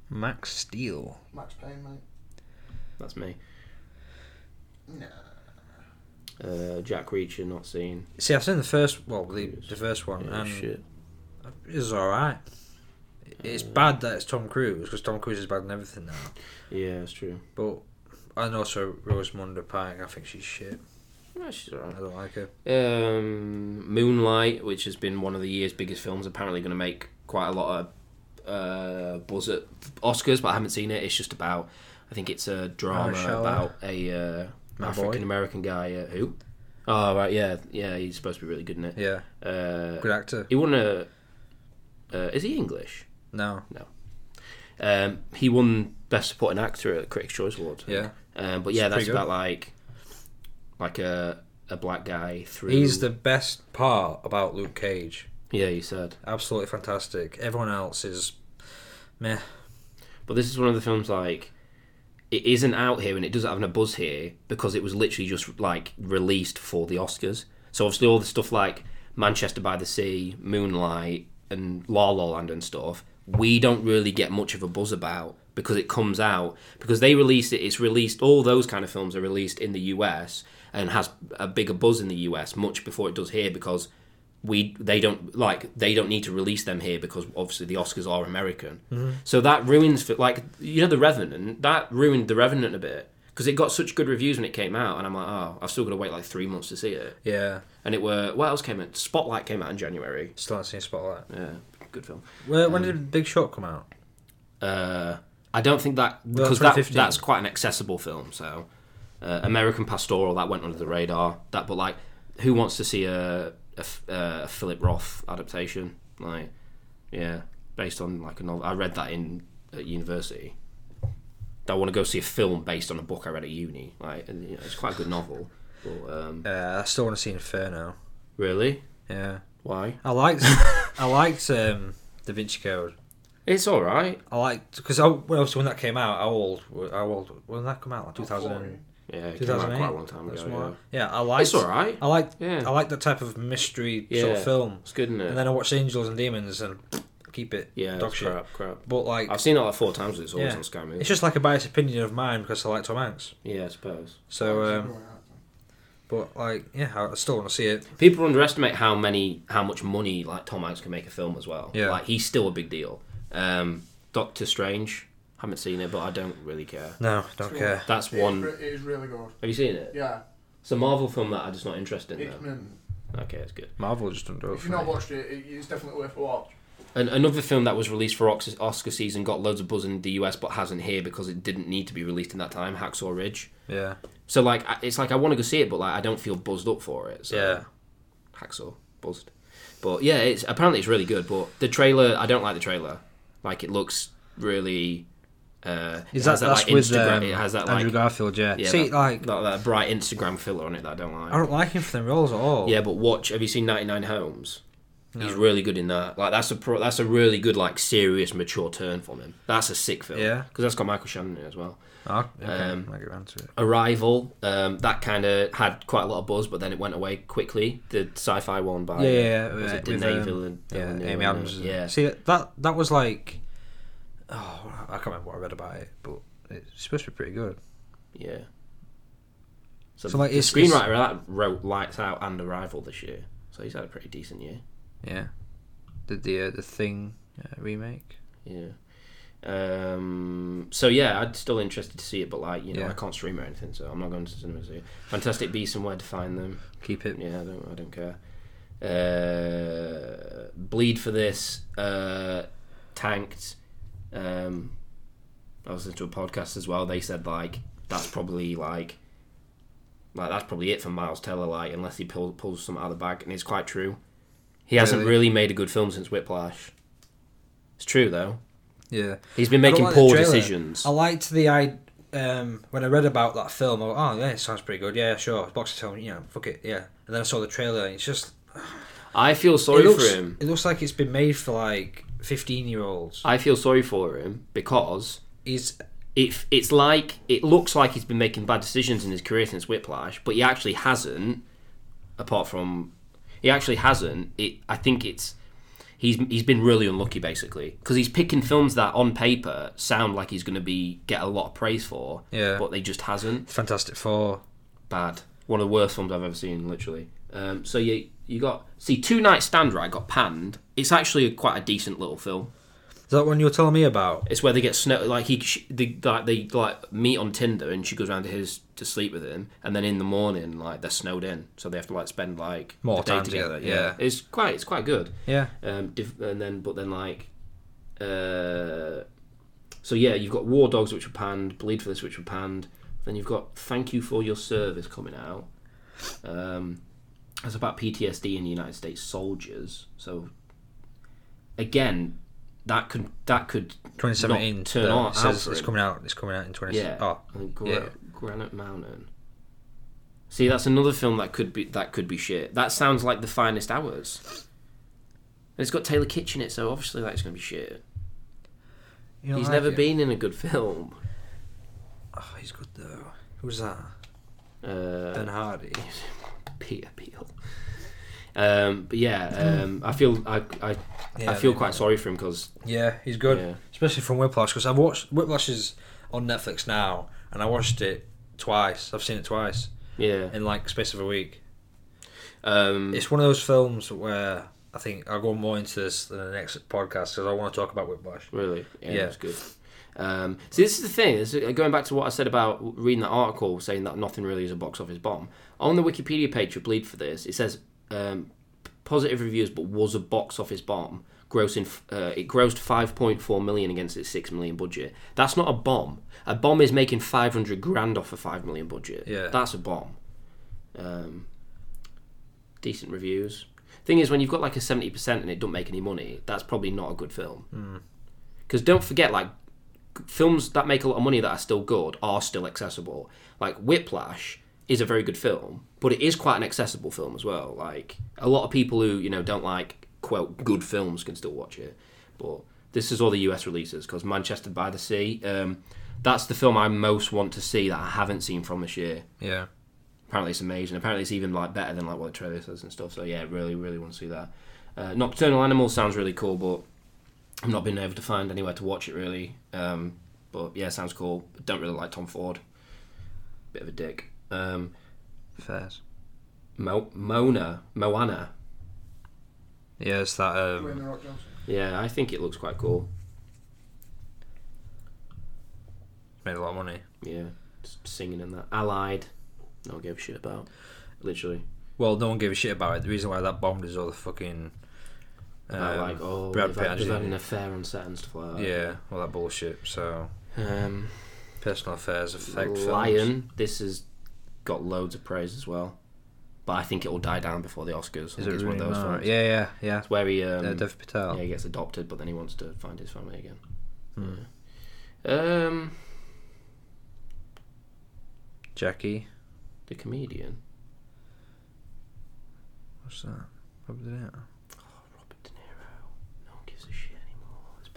Max Steel.
Max Payne, mate.
That's me.
Nah.
Uh, Jack Reacher, not seen.
See, I've seen the first. Well, the, the first one.
Yeah,
and
shit.
It's all right. It's bad that it's Tom Cruise because Tom Cruise is bad in everything now.
Yeah, it's true.
But and also Rosamunda Pike, I think she's shit.
Yeah, she's
I
alright.
don't like her.
Um, Moonlight, which has been one of the year's biggest films, apparently going to make quite a lot of uh, buzz at Oscars, but I haven't seen it. It's just about, I think it's a drama
Mahershala.
about a uh,
My boy.
African American guy uh, who. Oh right, yeah, yeah, he's supposed to be really good in it.
Yeah,
Uh,
good actor.
he won a. Uh, is he English?
No.
Um, he won Best Supporting Actor at Critics' Choice Awards. I think.
Yeah,
Um, but yeah,
It's
that's
pretty good.
about like, like a a black guy through.
he's the best part about Luke Cage.
yeah, you said.
Absolutely fantastic. Everyone else is meh.
But this is one of the films like it isn't out here and it doesn't have a buzz here because it was literally just like released for the Oscars. So obviously all the stuff like Manchester by the Sea, Moonlight, and La La Land and stuff, we don't really get much of a buzz about because it comes out because they released it. It's released. All those kind of films are released in the US and has a bigger buzz in the US much before it does here because we they don't like they don't need to release them here because obviously the Oscars are American. So that ruins for like you know the Revenant that ruined the Revenant a bit because it got such good reviews when it came out and I'm like oh I've still got to wait like three months to see it
Yeah,
and it were what else came out Spotlight came out in January
still haven't seen Spotlight.
yeah good film
Where,
Um,
when did Big Shot come out?
uh, I don't think that
Well,
because that
2015.
that's quite an accessible film so uh, American Pastoral that went under the radar that but like who wants to see a a f- a Philip Roth adaptation like yeah based on like a novel I read that in at university I want to go see a film based on a book I read at uni like and, you know, it's quite a good novel but um,
Uh, I still want to see Inferno.
really
Yeah,
why
I liked I liked um, Da Vinci Code.
it's all right
I liked because I, when, obviously when that came out, how old? were- How old? When that come out? Like 2000.
yeah it came out
2008.
quite a long time ago
That's
yeah.
why- yeah. I liked.
it's all right
I like.
Yeah.
I like that type of mystery sort
Yeah.
of film.
it's good isn't it
And then I watched Angels and Demons and keep it.
yeah
dog
it's
shit.
crap crap
But like,
I've seen it like four times. It's always
Yeah.
on Sky
it's
Movies.
just like a biased opinion of mine because I like Tom Hanks.
Yeah, I suppose
So, um,
Going out.
but like, yeah, I I still want to see it.
people underestimate how many, how much money like Tom Hanks can make a film as well.
Yeah.
like he's still a big deal. Um, Doctor Strange, haven't seen it, but I don't really care.
No, don't
Sure.
care.
That's
It is
one.
re- It is really good.
Have you seen it?
Yeah,
It's a Marvel film that I'm just not interested in.
it's
Though.
mint.
Okay, it's good.
Marvel just don't do it.
If
For
you've not
me.
watched it, it, it's definitely worth a watch.
And another film that was released for Ox- Oscar season got loads of buzz in the US, but hasn't here because it didn't need to be released in that time. Hacksaw Ridge.
Yeah,
So like, I- it's like I want to go see it, but like I don't feel buzzed up for it. So.
yeah.
hacksaw buzzed. But yeah, it's apparently it's really good. But the trailer, I don't like the trailer. Like it looks really. Uh,
Is
it
that,
has
that's
like,
with
Instagram-
um,
it has that
Andrew
like
Garfield? Yeah.
yeah,
see,
that,
like,
that, that bright Instagram filler on it that I don't
I
like.
don't like him for them roles at all.
Yeah, but watch. Have you seen Ninety Nine Homes? He's
No.
really good in that. Like that's a pro, that's a really good like serious mature turn from him. That's a sick film.
Yeah.
because that's got Michael Shannon in it as well.
Oh, okay.
Um,
I'll get around to it.
Arrival, um, that kind of had quite a lot of buzz, but then it went away quickly. The sci-fi one by
Yeah, yeah, yeah,
was it
with,
Denis
um,
Villeneuve-
Yeah,
Villeneuve,
Amy Adams.
Yeah,
Yeah. See that that was like, oh, I can't remember what I read about it, but it's supposed to be pretty good.
yeah. So,
So, like,
the
it's-
screenwriter that wrote Lights Out and Arrival this year, so he's had a pretty decent year.
Yeah. Did the uh, the thing uh, remake?
Yeah. Um, so yeah, I'd still interested to see it, but like you know,
Yeah.
I can't stream or anything, so I'm not going to the cinema to see it. Fantastic Beasts and where to find them.
Keep it.
Yeah, I don't, I don't care. Uh, bleed for this. Uh, tanked. Um, I was into a podcast as well. They said like that's probably like like that's probably it for Miles Teller. Like unless he pull, pulls some out of the bag, and it's quite true. He hasn't
Really?
really made a good film since Whiplash. It's true though.
Yeah.
He's been
I don't
making
like the
poor
trailer.
decisions.
I liked the I um, when I read about that film. I went, oh yeah, it sounds pretty good. Yeah, sure. Box film, you know, fuck it, yeah. And then I saw the trailer. and It's just
I feel sorry
it looks,
for him.
It looks like it's been made for like fifteen year olds.
I feel sorry for him because
He's
it, it's like it looks like he's been making bad decisions in his career since Whiplash, but he actually hasn't. Apart from, he actually hasn't. It, I think it's he's he's been really unlucky basically because he's picking films that on paper sound like he's going to be get a lot of praise for,
Yeah.
but they just hasn't.
Fantastic Four.
Bad. One of the worst films I've ever seen, literally. Um, so you you got see Two Night Stand right got panned. It's actually quite a decent little film.
Is that one you were telling me about?
It's where they get snow. Like he, she, they, like they like meet on Tinder, and she goes round to his to sleep with him, and then in the morning, like they're snowed in, so they have to like spend like the
More
day
time together, yeah.
it's quite it's quite good.
Yeah.
Um, diff- and then but then like, uh, so yeah, you've got War Dogs which were panned, Bleed for this which were panned. Then you've got Thank You for Your Service coming out. Um, that's about PTSD in the United States soldiers. So again, that could that could
2017.
Not turn
uh,
on-
it says
out for
it's
it.
coming out. It's coming out in 20.
yeah.
Oh,
And Gra-
yeah.
Granite Mountain. See, that's another film that could be that could be shit. That sounds like the finest hours. And it's got Taylor Kitsch in it, so obviously that's gonna be shit.
You don't
He's
like
never
it?
been in a good film.
Oh, he's good though. Who's that? ben
Uh,
Hardy.
Peter Peel. Um, but yeah, um, I feel I I, I
Yeah,
feel
they-
quite sorry for him because
Yeah, he's good,
Yeah.
especially from Whiplash because I've watched Whiplash is on Netflix now, and I watched it twice. I've seen it twice
yeah,
in like space of a week.
um,
It's one of those films where I think I'll go more into this than the next podcast because I want to talk about Whiplash.
Really? Yeah,
Yeah.
that's good. Um, see, this is the thing. This is, uh, going back to what I said about reading that article saying that nothing really is a box office bomb. On the Wikipedia page for Bleed for this, it says um, p- positive reviews, but was a box office bomb. Grossing, f- uh, it grossed 5.4 million against its 6 million budget. That's not a bomb. A bomb is making 500 grand off a 5 million budget.
Yeah.
That's a bomb. Um, decent reviews. Thing is, when you've got like a 70% and it don't make any money, that's probably not a good film. Because don't forget, like g- films that make a lot of money that are still good are still accessible. Like Whiplash is a very good film, but it is quite an accessible film as well. Like a lot of people who you know don't like quote good films can still watch it. But this is all the US releases because Manchester by the Sea. Um, that's the film I most want to see that I haven't seen from this year.
Yeah,
Apparently it's amazing. Apparently it's even like better than like what the trailer says and stuff. So yeah, really, really want to see that. Uh, Nocturnal Animal sounds really cool, but I've not been able to find anywhere to watch it really. Um, but yeah, sounds cool. Don't really like Tom Ford. Bit of a dick. Um,
fairs.
Mo- Mona, Moana.
Yeah, it's that.
Dwayne
Um,
The Rock Johnson.
Yeah, I think it looks quite cool.
made a lot of money.
Yeah, just singing in that. Allied. No one gave a shit about. Literally.
Well, no one gave a shit about it. The reason why that bombed is all the fucking.
About
um,
like, oh,
Brad
they've
Pitt
had- they've had
actually-
an affair on set and stuff like that.
yeah, all that bullshit. So
Um,
personal affairs affect
Lion.
films.
This has got loads of praise as well, but I think it will die down before the Oscars. I
Is
think
it
it's
really
one of those
not?
films.
Yeah, yeah, yeah.
It's where he um,
Uh, Dev Patel.
yeah, he gets adopted, but then he wants to find his family again.
Hmm.
Yeah. Um,
Jackie.
the comedian
What's that? Robert De Niro.
Robert De Niro. No one gives a shit anymore. It's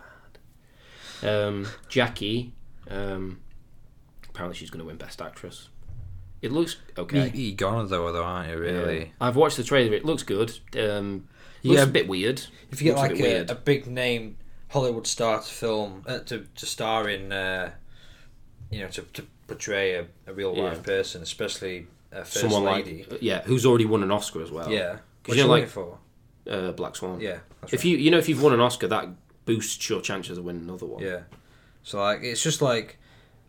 bad. Um, Jackie. Um, apparently she's going to win Best Actress. It looks
You,
okay.
you gone though, though, aren't you? Really?
Yeah. I've watched the trailer. It looks good. Um, looks
Yeah.
a bit weird.
If you get
Looks a
like
bit
a,
weird.
a, big name Hollywood star to film uh, to to star in, uh, you know, to, to portray a, a real life
Yeah.
person, especially a first
Someone
lady.
like uh, yeah, who's already won an Oscar as well.
yeah.
Because Oh,
What
you
you
know,
like
like
for?
uh, Black Swan.
Yeah. That's
If you you know if you've won an Oscar, that boosts your chances of winning another one.
Yeah. So like it's just like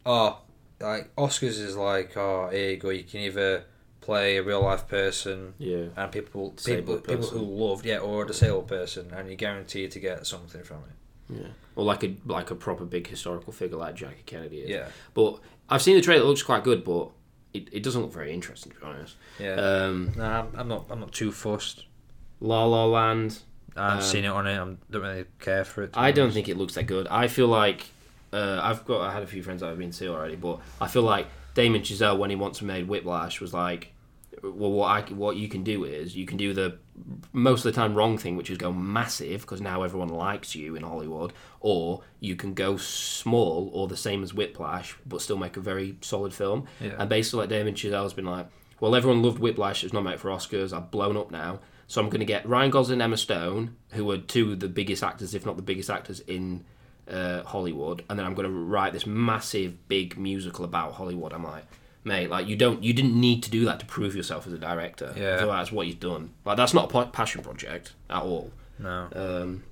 oh like Oscars is like oh here you go you can either play a real life person
Yeah.
and people people
Disabled
people who loved yeah or a disabled person and you're guaranteed to get something from it.
Or like a like a proper big historical figure like Jackie Kennedy is.
Yeah.
But I've seen the trailer. It looks quite good, but it, it doesn't look very interesting to be honest.
Yeah.
Um,
nah, I'm, I'm not I'm not too fussed.
La La Land.
I've
Um,
seen it on it. I don't really care for it. to be
I don't
honest.
think it looks that good. I feel like uh, I've got I had a few friends that I've been to already, but I feel like Damon Chazelle when he once made Whiplash was like, well, what I c- what you can do is you can do the most of the time wrong thing, which is go massive because now everyone likes you in Hollywood, or you can go small or the same as Whiplash but still make a very solid film.
Yeah.
And basically, like Damon Chazelle's been like, well, everyone loved Whiplash. It's nominated for Oscars. I've blown up now. So I'm going to get Ryan Gosling and Emma Stone, who are two of the biggest actors, if not the biggest actors in uh, Hollywood, and then I'm going to write this massive, big musical about Hollywood. I'm like, mate, like you don't, you didn't need to do that to prove yourself as a director.
Yeah.
So that's what you've done. Like that's not a pa- passion project at all.
No.
Um,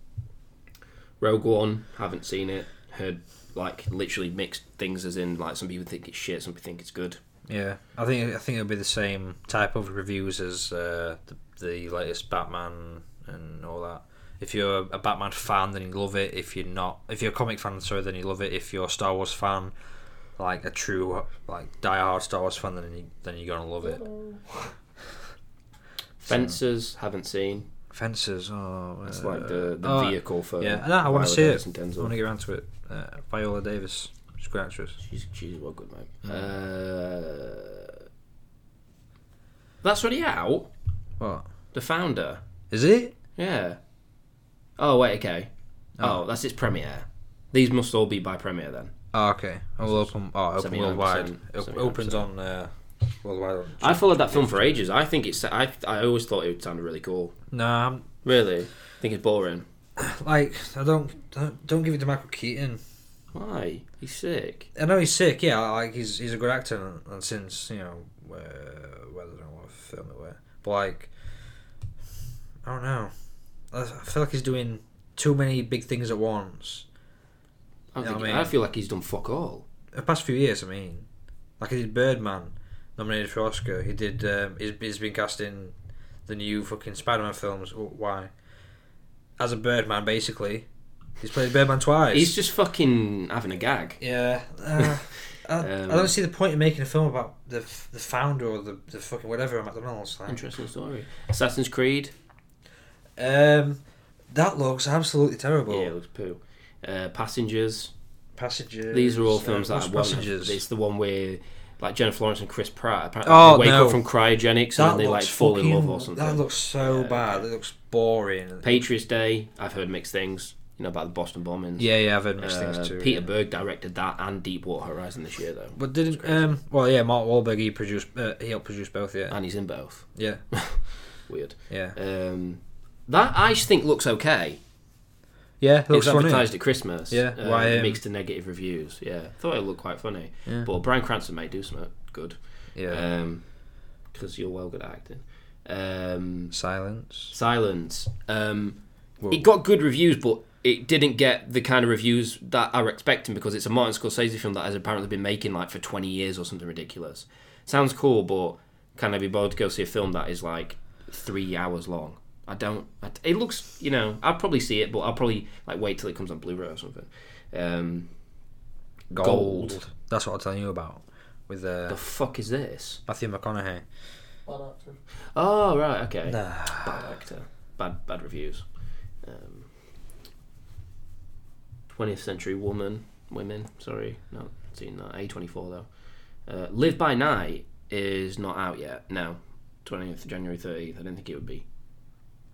Rogue One, haven't seen it. Heard like literally mixed things, as in like some people think it's shit, some people think it's good.
Yeah, I think I think it'll be the same type of reviews as uh, the, the latest Batman and all that. If you're a Batman fan, then you love it. If you're not, if you're a comic fan, sorry, then you love it. If you're a Star Wars fan, like a true like diehard Star Wars fan, then you, then you're gonna love it.
Fences, haven't seen.
Fences, oh,
It's
uh,
like the, the
oh,
vehicle for
Yeah, and I
Viola
want to see
Davis and
it. I
Denzel.
want to get around to it. Uh, Viola Davis, she's a great actress.
She's she's well good mate.
Mm.
Uh, that's already out.
What
The founder.
is it?
Yeah. Oh wait, okay. Oh, that's its premiere. These must all be by premiere then.
Oh, okay. Oh, will open. Oh, open
79%,
worldwide. It
79%.
opens on uh, worldwide. on
I followed that film for ages. I think it's. I I always thought it would sound really cool.
No, I'm,
Really, I think it's boring.
like I don't, don't don't give it to Michael Keaton.
Why? He's sick.
I know he's sick, yeah. Like he's he's a good actor, and, and since you know, uh, well, I don't know what film it were, but like, I don't know. I, I feel like he's doing too many big things at once.
I, don't
Yeah, I
think, I,
mean-
feel like he's done fuck all.
The past few years, I mean, like he did Birdman, nominated for Oscar. He did. Um, he's, he's been cast in the new fucking Spider-Man films. Wh- Why? As a Birdman, basically, he's played Birdman twice.
He's just fucking having a gag.
Yeah. Uh, I,
Um,
I don't see the point in making a film about the f- the founder or the, the fucking whatever at McDonald's. Like.
Interesting story. Assassin's Creed.
Um, that looks absolutely terrible.
Yeah, it looks poo. Uh, Passengers.
Passages.
These are all films
uh,
that
what's
I well
Passengers.
It's the one where like Jennifer Lawrence and Chris Pratt apparently
Oh,
wake
no.
up from cryogenics and then they like fall in love or
fucking-
something.
That looks so
Yeah,
bad. It looks boring.
Patriots Day. I've heard mixed things. You know about the Boston bombings.
yeah, yeah, I've heard mixed
Uh,
things too.
Peter
yeah.
Berg directed that and Deepwater Horizon this year though,
But didn't um well yeah Mark Wahlberg he produced uh, he helped produce both yeah
and he's in both.
yeah
Weird.
yeah
Um, that I just think looks okay.
yeah it looks
it was
funny
advertised at Christmas.
Yeah,
uh,
why, um,
mixed to negative reviews. Yeah, thought it looked quite funny.
Yeah.
But Brian Cranston may do something good. uh,
yeah
because Um, you're well good at acting. Um,
silence
Silence. Um,
Whoa.
it got good reviews, but it didn't get the kind of reviews that I were expecting because it's a Martin Scorsese film that has apparently been making like for 20 years or something ridiculous. Sounds cool, but can I be bothered to go see a film that is like three hours long? I don't. I, it looks, you know, I'll probably see it, but I'll probably like wait till it comes on Blu-ray or something. Um,
gold.
Gold.
that's what I'm telling you about with uh,
the fuck is this?
Matthew McConaughey.
Bad actor.
Oh right, okay.
Nah.
bad actor, bad bad reviews. Um, Twentieth century woman, women. Sorry, not seen that. A twenty four though. Uh, Live by Night is not out yet. No, twentieth January thirtieth. I didn't think it would be.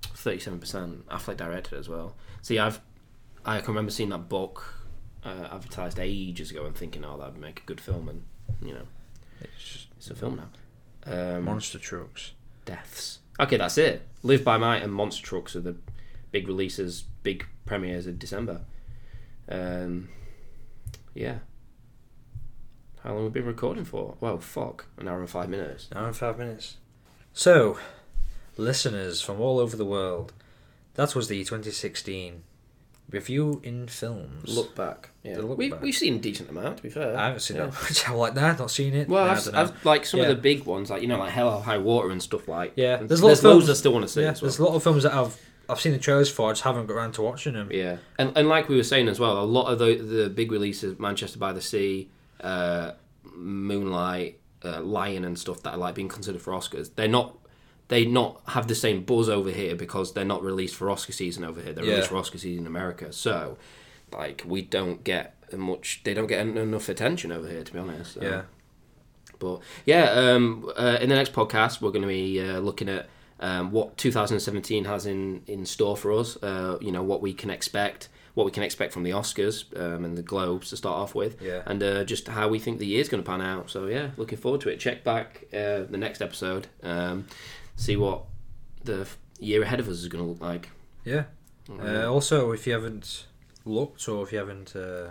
Thirty seven percent. Affleck directed as well. See, I've I can remember seeing that book uh, advertised ages ago and thinking, oh, that'd make a good film, and you know,
It's just
it's a film now. Um,
monster trucks.
deaths. Okay, that's it. Live by Night and Monster Trucks are the big releases, big premieres of December. Um, yeah. How long have we been recording for? Well, fuck, an hour and five minutes.
An hour and five minutes. So, listeners from all over the world, that was the 2016 review in films.
Look back. Yeah.
The look
we,
back.
We've seen a decent amount, to be fair.
I haven't seen
Yeah.
that much. I'm like, nah, I've not seen it.
Well,
Nah, I
I've,
dunno.
I've like some of
Yeah.
the big ones, like you know, like Hell or High Water and stuff like.
Yeah,
and
there's
there's,
a lot of
loads I
films-
still want to see.
yeah,
as well.
there's a lot of films that I've I've seen the trailers for. I just haven't got around to watching them.
Yeah, and and like we were saying as well, a lot of the the big releases, Manchester by the Sea, uh, Moonlight, uh, Lion, and stuff that are like being considered for Oscars, they're not. They not have the same buzz over here because they're not released for Oscar season over here. They're
Yeah.
released for Oscar season in America, so like we don't get much. They don't get en- enough attention over here, to be honest. So.
Yeah.
But yeah, um, uh, in the next podcast, we're going to be uh, looking at um, what 2017 has in, in store for us. Uh, you know what we can expect, what we can expect from the Oscars um, and the Globes to start off with,
Yeah.
and uh, just how we think the year's going to pan out. So yeah, looking forward to it. Check back uh, the next episode, um, see what the f- year ahead of us is going to look like.
Yeah.
Mm.
Uh, also, if you haven't looked or if you haven't uh,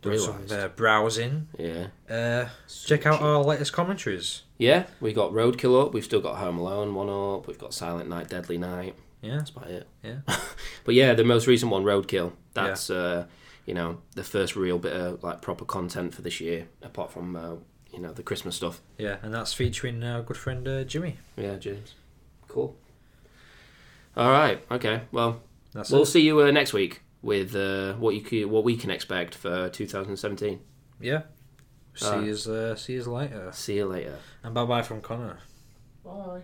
done some
Realised.
uh, browsing,
Yeah,
uh, check out our latest commentaries.
yeah. We got Roadkill up. We've still got Home Alone one up. We've got Silent Night, Deadly Night.
Yeah.
That's about it.
Yeah.
but yeah, the most recent one, Roadkill. That's uh, you know the first real bit of like proper content for this year, apart from uh, you know the Christmas stuff.
Yeah, and that's featuring our good friend uh, Jimmy.
Yeah, James. Cool. All right. Okay. Well,
That's
we'll
it.
see you uh, next week with uh, what you c- what we can expect for 2017.
Yeah. See
Alright.
yous, uh, see yous later.
See you later.
And bye bye from Connor.
Bye.